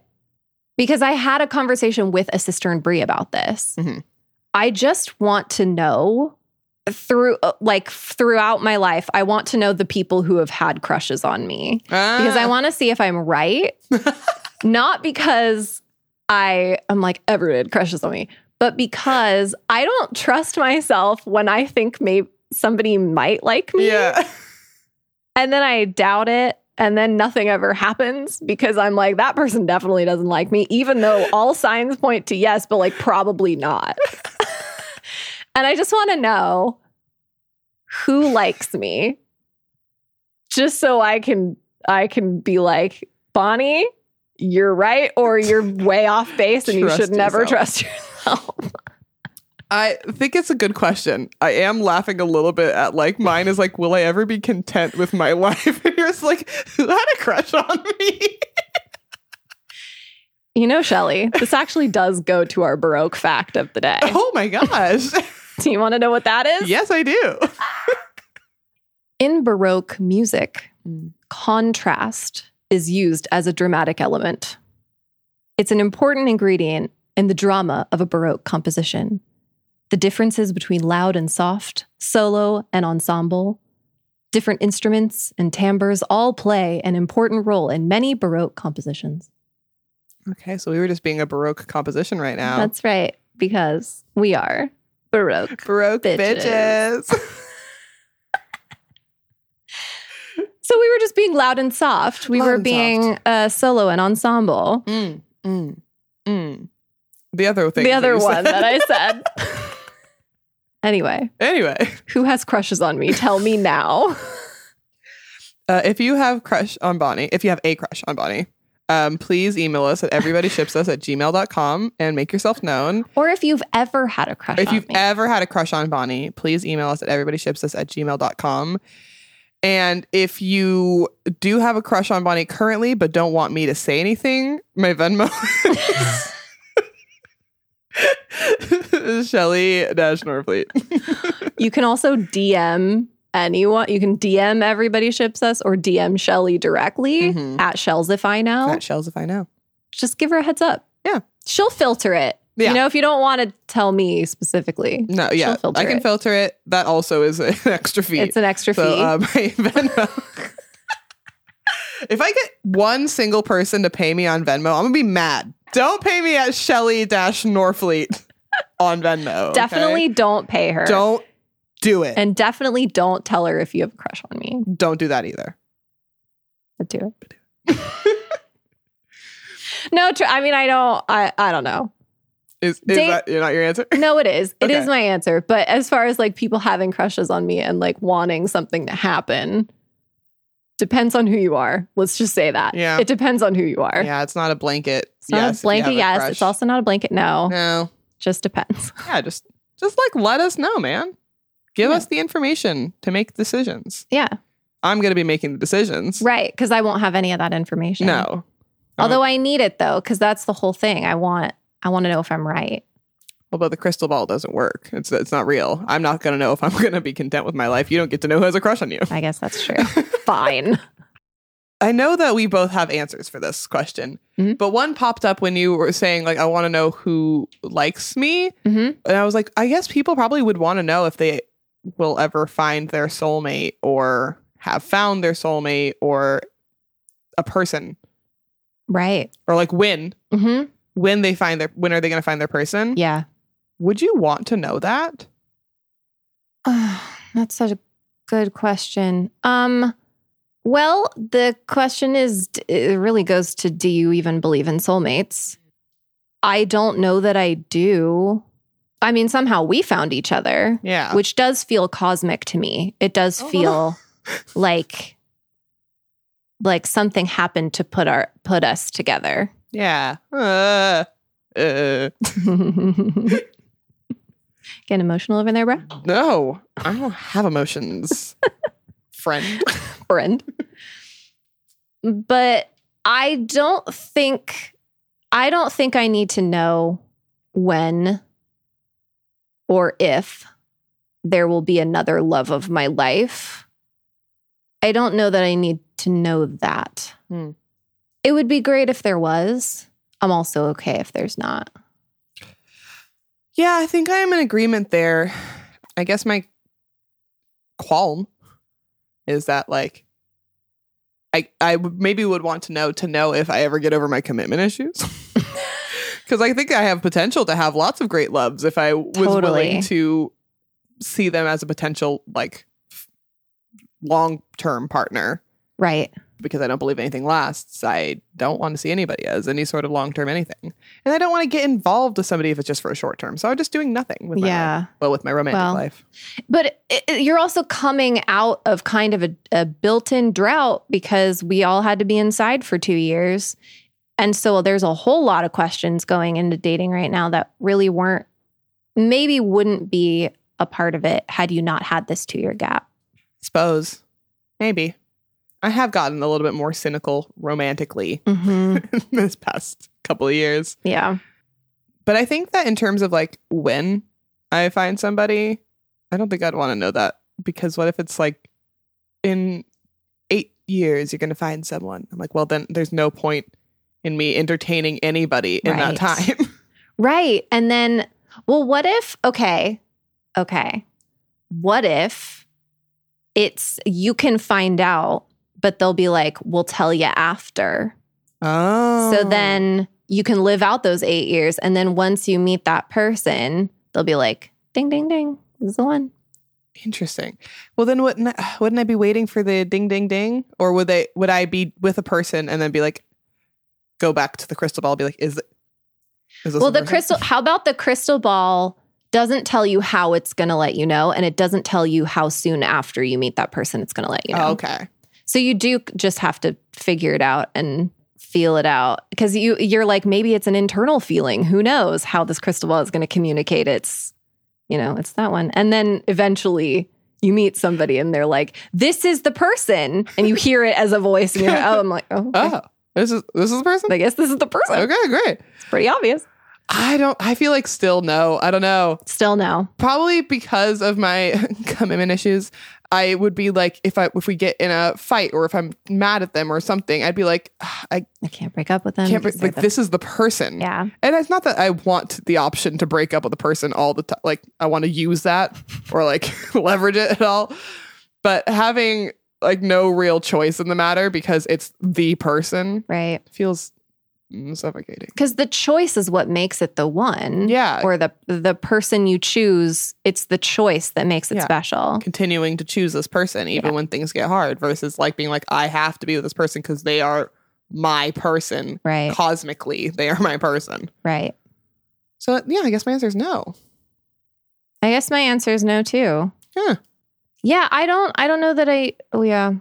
Speaker 2: Because I had a conversation with a sister and Brie about this.
Speaker 1: Mhm.
Speaker 2: I just want to know through uh, like throughout my life, I want to know the people who have had crushes on me because
Speaker 1: Ah,
Speaker 2: I want to see if I'm right. Not because I am like everyone had crushes on me, but because I don't trust myself when I think maybe somebody might like me
Speaker 1: Yeah.
Speaker 2: and then I doubt it. And then nothing ever happens because I'm like, that person definitely doesn't like me, even though all signs point to yes, but like probably not. and I just want to know who likes me just so I can I can be like, Bonnie, you're right, or you're way off base and
Speaker 1: Trust
Speaker 2: you should never
Speaker 1: yourself.
Speaker 2: trust yourself.
Speaker 1: I think it's a good question. I am laughing a little bit at like mine is like, will I ever be content with my life? And yours is like, who had a crush on me?
Speaker 2: you know, Shelly, this actually does go to our Baroque fact of the day.
Speaker 1: Oh my gosh.
Speaker 2: Do you want to know what that is?
Speaker 1: yes, I do.
Speaker 2: In Baroque music,
Speaker 1: Mm.
Speaker 2: contrast is used as a dramatic element. It's an important ingredient in the drama of a Baroque composition. The differences between loud and soft, solo and ensemble, different instruments and timbres all play an important role in many Baroque compositions.
Speaker 1: Okay, so we were just being a Baroque composition right now.
Speaker 2: That's right, because we are Baroque.
Speaker 1: Baroque
Speaker 2: Bitches.
Speaker 1: bitches.
Speaker 2: So we were just being loud and soft. We
Speaker 1: Loud
Speaker 2: were
Speaker 1: and
Speaker 2: being uh, solo and ensemble.
Speaker 1: Mm, mm, mm. The other thing.
Speaker 2: the
Speaker 1: that
Speaker 2: other
Speaker 1: you
Speaker 2: one
Speaker 1: said.
Speaker 2: that I said. anyway,
Speaker 1: Anyway,
Speaker 2: who has crushes on me? Tell me now.
Speaker 1: uh, if you have crush on Bonnie, if you have a crush on Bonnie, um, please email us at everybodyshipsus at gmail.com and make yourself known.
Speaker 2: Or if you've ever had a crush
Speaker 1: If
Speaker 2: on
Speaker 1: you've
Speaker 2: me.
Speaker 1: ever had a crush on Bonnie, please email us at everybodyshipsus at gmail.com. And if you do have a crush on Bonnie currently, but don't want me to say anything, my Venmo is Shelly Dash Norfleet.
Speaker 2: you can also DM anyone. You can DM everybody ships us or DM Shelly directly
Speaker 1: Mhm.
Speaker 2: Mm-hmm. at Shells if I know.
Speaker 1: At Shells if I know.
Speaker 2: Just give her a heads up.
Speaker 1: Yeah.
Speaker 2: She'll filter it.
Speaker 1: Yeah.
Speaker 2: You know, if you don't want to tell me specifically,
Speaker 1: No, yeah,
Speaker 2: filter
Speaker 1: I can
Speaker 2: it.
Speaker 1: filter it. That also is an extra fee.
Speaker 2: it's an extra fee.
Speaker 1: So uh, my Venmo. if I get one single person to pay me on Venmo, I'm gonna be mad. Don't pay me at Shelly Dash Norfleet on Venmo. okay?
Speaker 2: definitely don't pay her.
Speaker 1: don't do it.
Speaker 2: And definitely don't tell her if you have a crush on me.
Speaker 1: don't do that either.
Speaker 2: But do it. no, tr- I mean, I don't, I, I don't know.
Speaker 1: Is, is
Speaker 2: Date-
Speaker 1: that you're not your answer?
Speaker 2: No, it is. It is
Speaker 1: Okay.
Speaker 2: my answer. But as far as like people having crushes on me and like wanting something to happen, depends on who you are. Let's just say that.
Speaker 1: Yeah.
Speaker 2: It depends on who you are.
Speaker 1: Yeah, it's not a blanket.
Speaker 2: It's not
Speaker 1: yes, if
Speaker 2: a
Speaker 1: you
Speaker 2: blanket
Speaker 1: have
Speaker 2: yes.
Speaker 1: crush.
Speaker 2: It's also not a blanket no.
Speaker 1: no.
Speaker 2: Just depends.
Speaker 1: Yeah, just just like let us know, man. Give
Speaker 2: Yeah.
Speaker 1: us the information to make decisions.
Speaker 2: Yeah.
Speaker 1: I'm gonna be making the decisions.
Speaker 2: Right. Because I won't have any of that information.
Speaker 1: No, Uh-huh.
Speaker 2: Although I need it though, because that's the whole thing. I want I want to know if I'm right.
Speaker 1: Although the crystal ball doesn't work, it's it's not real. I'm not gonna know if I'm gonna be content with my life. You don't get to know who has a crush on you.
Speaker 2: I guess that's true. Fine.
Speaker 1: I know that we both have answers for this question,
Speaker 2: Mhm.
Speaker 1: but one popped up when you were saying like I want to know who likes me,
Speaker 2: hmm
Speaker 1: and I was like, I guess people probably would want to know if they will ever find their soulmate or have found their soulmate or a person
Speaker 2: Right.
Speaker 1: or like when
Speaker 2: hmm
Speaker 1: when they find their when are they gonna find their person?
Speaker 2: Yeah.
Speaker 1: Would you want to know that?
Speaker 2: that's such a good question. Um, well, the question is, d- it really goes to do you even believe in soulmates? I don't know that I do. I mean, somehow we found each other,
Speaker 1: Yeah.
Speaker 2: which does feel cosmic to me. It does
Speaker 1: Oh.
Speaker 2: feel like like something happened to put our put us together.
Speaker 1: Yeah. Uh, uh,
Speaker 2: Getting emotional over there, bro?
Speaker 1: no, I don't have emotions, friend.
Speaker 2: friend. but I don't think I don't think I need to know when or if there will be another love of my life. I don't know that I need to know that.
Speaker 1: Hmm.
Speaker 2: It would be great if there was. I'm also okay if there's not.
Speaker 1: Yeah, I think I am in agreement there. I guess my qualm is that like I I would- maybe would want to know to know if I ever get over my commitment issues. Cuz I think I have potential to have lots of great loves if I was
Speaker 2: Totally.
Speaker 1: willing to see them as a potential like f- long-term partner.
Speaker 2: Right.
Speaker 1: because I don't believe anything lasts, I don't want to see anybody as any sort of long term anything. And I don't want to get involved with somebody if it's just for a short term. So I'm just doing nothing with my life.
Speaker 2: yeah.
Speaker 1: Well, with my romantic
Speaker 2: Well,
Speaker 1: life.
Speaker 2: But it, it- you're also coming out of kind of a, a built in drought because we all had to be inside for two years. And so there's a whole lot of questions going into dating right now that really weren't, maybe wouldn't be a part of it had you not had this two year gap.
Speaker 1: Suppose. Maybe. I have gotten a little bit more cynical romantically
Speaker 2: Mm-hmm.
Speaker 1: this past couple of years.
Speaker 2: Yeah.
Speaker 1: But I think that in terms of like when I find somebody, I don't think I'd want to know that because what if it's like in eight years you're going to find someone? I'm like, well, then there's no point in me entertaining anybody in that
Speaker 2: Right.
Speaker 1: time.
Speaker 2: Right. And then, well, what if, okay, okay, what if it's, you can find out, but they'll be like, we'll tell you after.
Speaker 1: oh.
Speaker 2: So then you can live out those eight years. And then once you meet that person, they'll be like, ding, ding, ding. This is the one.
Speaker 1: Interesting. Well, then wouldn't I, wouldn't I be waiting for the ding ding ding, or would they would I be with a person and then be like, go back to the crystal ball, and be like, is, it, is this
Speaker 2: Well, the
Speaker 1: person?
Speaker 2: crystal, how about the crystal ball doesn't tell you how it's going to let you know. And it doesn't tell you how soon after you meet that person it's going to let you know.
Speaker 1: Oh, okay.
Speaker 2: So you do just have to figure it out and feel it out because you you're like maybe it's an internal feeling. Who knows how this crystal ball is going to communicate? It's you know it's that one, and then eventually you meet somebody and they're like, "This is the person," and you hear it as a voice. And you're like, "Oh, I'm like, oh, okay.
Speaker 1: Oh, this is this is the person.
Speaker 2: I guess this is the person."
Speaker 1: Oh. Okay, great.
Speaker 2: It's pretty obvious.
Speaker 1: I don't. I feel like still no. I don't know.
Speaker 2: Still no.
Speaker 1: Probably because of my commitment issues. I would be like, if I if we get in a fight or if I'm mad at them or something, I'd be like, "Ah, I
Speaker 2: I can't break up with them.
Speaker 1: can't. Be,
Speaker 2: because they're
Speaker 1: like
Speaker 2: the-
Speaker 1: this is the person.
Speaker 2: Yeah.
Speaker 1: And it's not that I want the option to break up with a person all the time. Like I want to use that or like leverage it at all. But having like no real choice in the matter because it's the person
Speaker 2: Right.
Speaker 1: feels mm, suffocating.
Speaker 2: Because the choice is what makes it the one.
Speaker 1: Yeah.
Speaker 2: Or the the person you choose, it's the choice that makes it
Speaker 1: Yeah.
Speaker 2: special.
Speaker 1: Continuing to choose this person even when things get hard versus like being like I have to be with this person because they are my person
Speaker 2: Right.
Speaker 1: cosmically. They are my person.
Speaker 2: Right.
Speaker 1: So yeah, I guess my answer is no.
Speaker 2: I guess my answer is no too.
Speaker 1: Yeah.
Speaker 2: Yeah, I don't I don't know that I oh yeah.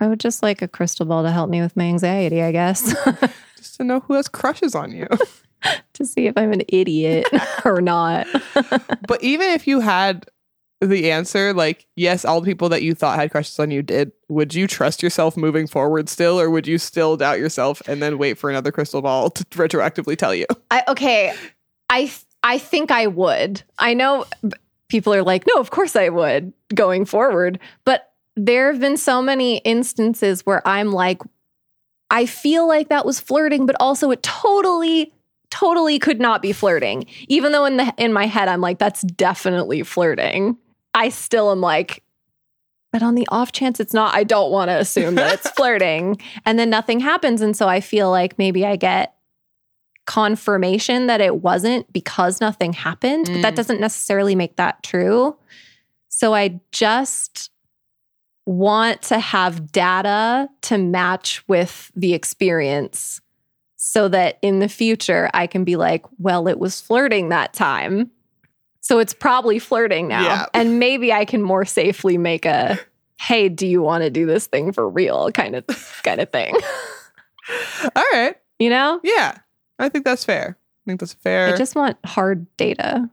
Speaker 2: I would just like a crystal ball to help me with my anxiety, I guess.
Speaker 1: Just to know who has crushes on you.
Speaker 2: to see if I'm an idiot or not.
Speaker 1: But even if you had the answer, like, yes, all the people that you thought had crushes on you did, would you trust yourself moving forward still, or would you still doubt yourself and then wait for another crystal ball to retroactively tell you?
Speaker 2: I okay. I th- I think I would. I know b- people are like, "No, of course I would going forward." But there have been so many instances where I'm like I feel like that was flirting, but also it totally totally could not be flirting. Even though in the in my head I'm like that's definitely flirting. I still am like but on the off chance it's not, I don't want to assume that it's flirting. And then nothing happens and so I feel like maybe I get confirmation that it wasn't because nothing happened, but that
Speaker 1: Mm.
Speaker 2: doesn't necessarily make that true. So I just want to have data to match with the experience so that in the future I can be like, well, it was flirting that time. So it's probably flirting now.
Speaker 1: Yeah.
Speaker 2: And maybe I can more safely make a hey, do you want to do this thing for real kind of kind of thing.
Speaker 1: All right.
Speaker 2: You know?
Speaker 1: Yeah. I think that's fair. I think that's fair.
Speaker 2: I just want hard data.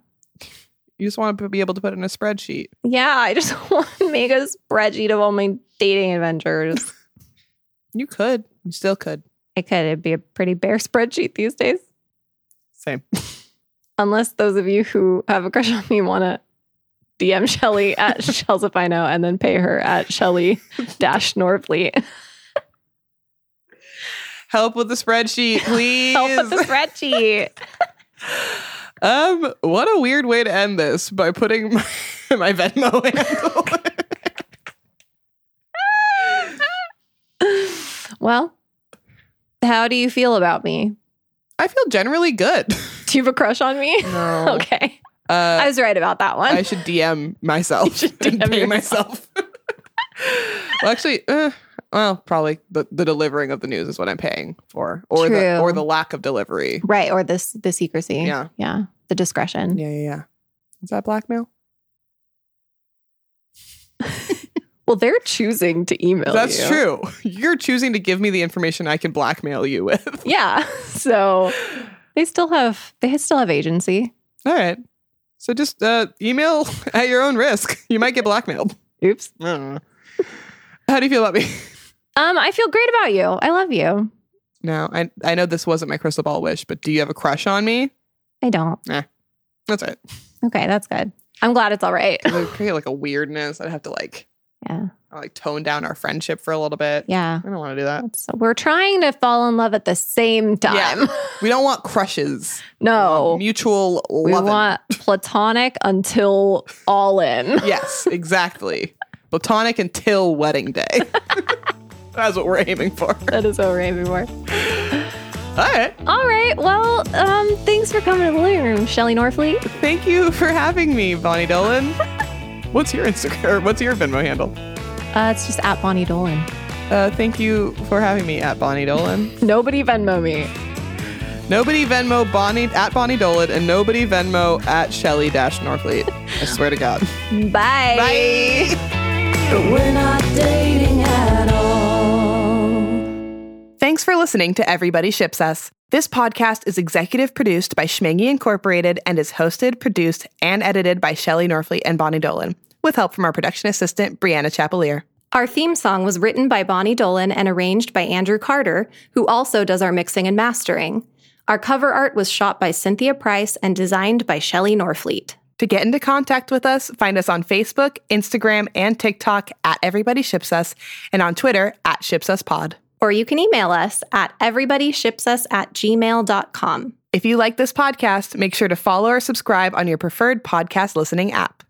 Speaker 1: you just want to be able to put in a spreadsheet.
Speaker 2: Yeah, I just want to make a spreadsheet of all my dating adventures.
Speaker 1: You could. You still could.
Speaker 2: I could. It'd be a pretty bare spreadsheet these days.
Speaker 1: Same.
Speaker 2: Unless those of you who have a crush on me want to DM Shelly at Shelsifino and then pay her at Shelly dash Norfleet.
Speaker 1: Help with the spreadsheet, please.
Speaker 2: Help with the spreadsheet.
Speaker 1: Um, what a weird way to end this by putting my, my Venmo handle.
Speaker 2: well, how do you feel about me?
Speaker 1: I feel generally good.
Speaker 2: Do you have a crush on me?
Speaker 1: No.
Speaker 2: Okay.
Speaker 1: Uh,
Speaker 2: I was right about that one.
Speaker 1: I should DM myself. and
Speaker 2: DM
Speaker 1: pay myself. well, actually, uh, well, probably the, the delivering of the news is what I'm paying for, or
Speaker 2: True.
Speaker 1: the or the lack of delivery.
Speaker 2: right. Or this the secrecy.
Speaker 1: Yeah.
Speaker 2: Yeah. The discretion.
Speaker 1: Yeah, yeah, yeah. Is that blackmail?
Speaker 2: Well, they're choosing to email.
Speaker 1: That's
Speaker 2: you.
Speaker 1: true. You're choosing to give me the information I can blackmail you with.
Speaker 2: Yeah. So they still have they still have agency.
Speaker 1: All right. So just uh, email at your own risk. You might get blackmailed.
Speaker 2: Oops.
Speaker 1: I don't know. How do you feel about me?
Speaker 2: Um, I feel great about you. I love you.
Speaker 1: No, I I know this wasn't my crystal ball wish, but do you have a crush on me?
Speaker 2: I don't.
Speaker 1: That's all right.
Speaker 2: Okay, that's good. I'm glad it's all right.
Speaker 1: It would create like a weirdness. I'd have to like
Speaker 2: Yeah.
Speaker 1: like tone down our friendship for a little bit.
Speaker 2: Yeah.
Speaker 1: I don't want to do that.
Speaker 2: So we're trying to fall in love at the same time.
Speaker 1: We don't want crushes.
Speaker 2: No.
Speaker 1: Mutual
Speaker 2: Oh. We
Speaker 1: love.
Speaker 2: want platonic until all in.
Speaker 1: yes, exactly. Platonic until wedding day. That's what we're aiming for.
Speaker 2: That is what we're aiming for.
Speaker 1: All right.
Speaker 2: All right. Well, um, thanks for coming to the living room, Shelly Norfleet.
Speaker 1: Thank you for having me, Bonnie Dolan. What's your Instagram? Or what's your Venmo handle?
Speaker 2: Uh, it's just at Bonnie Dolan.
Speaker 1: Uh, thank you for having me at Bonnie Dolan.
Speaker 2: Nobody Venmo me.
Speaker 1: Nobody Venmo Bonnie at Bonnie Dolan and nobody Venmo at Shelly Dash Norfleet. I swear to God.
Speaker 2: Bye.
Speaker 1: Bye.
Speaker 3: We're not dating at all.
Speaker 1: Thanks for listening to Everybody Ships Us. This podcast is executive produced by Schmangy Incorporated and is hosted, produced, and edited by Shelley Norfleet and Bonnie Dolan, with help from our production assistant, Brianna Chapelier.
Speaker 2: Our theme song was written by Bonnie Dolan and arranged by Andrew Carter, who also does our mixing and mastering. Our cover art was shot by Cynthia Price and designed by Shelley Norfleet.
Speaker 1: To get into contact with us, find us on Facebook, Instagram, and TikTok at Everybody Ships Us, and on Twitter at Ships Us Pod.
Speaker 2: Or you can email us at everybodyshipsus at gmail.com.
Speaker 1: If you like this podcast, make sure to follow or subscribe on your preferred podcast listening app.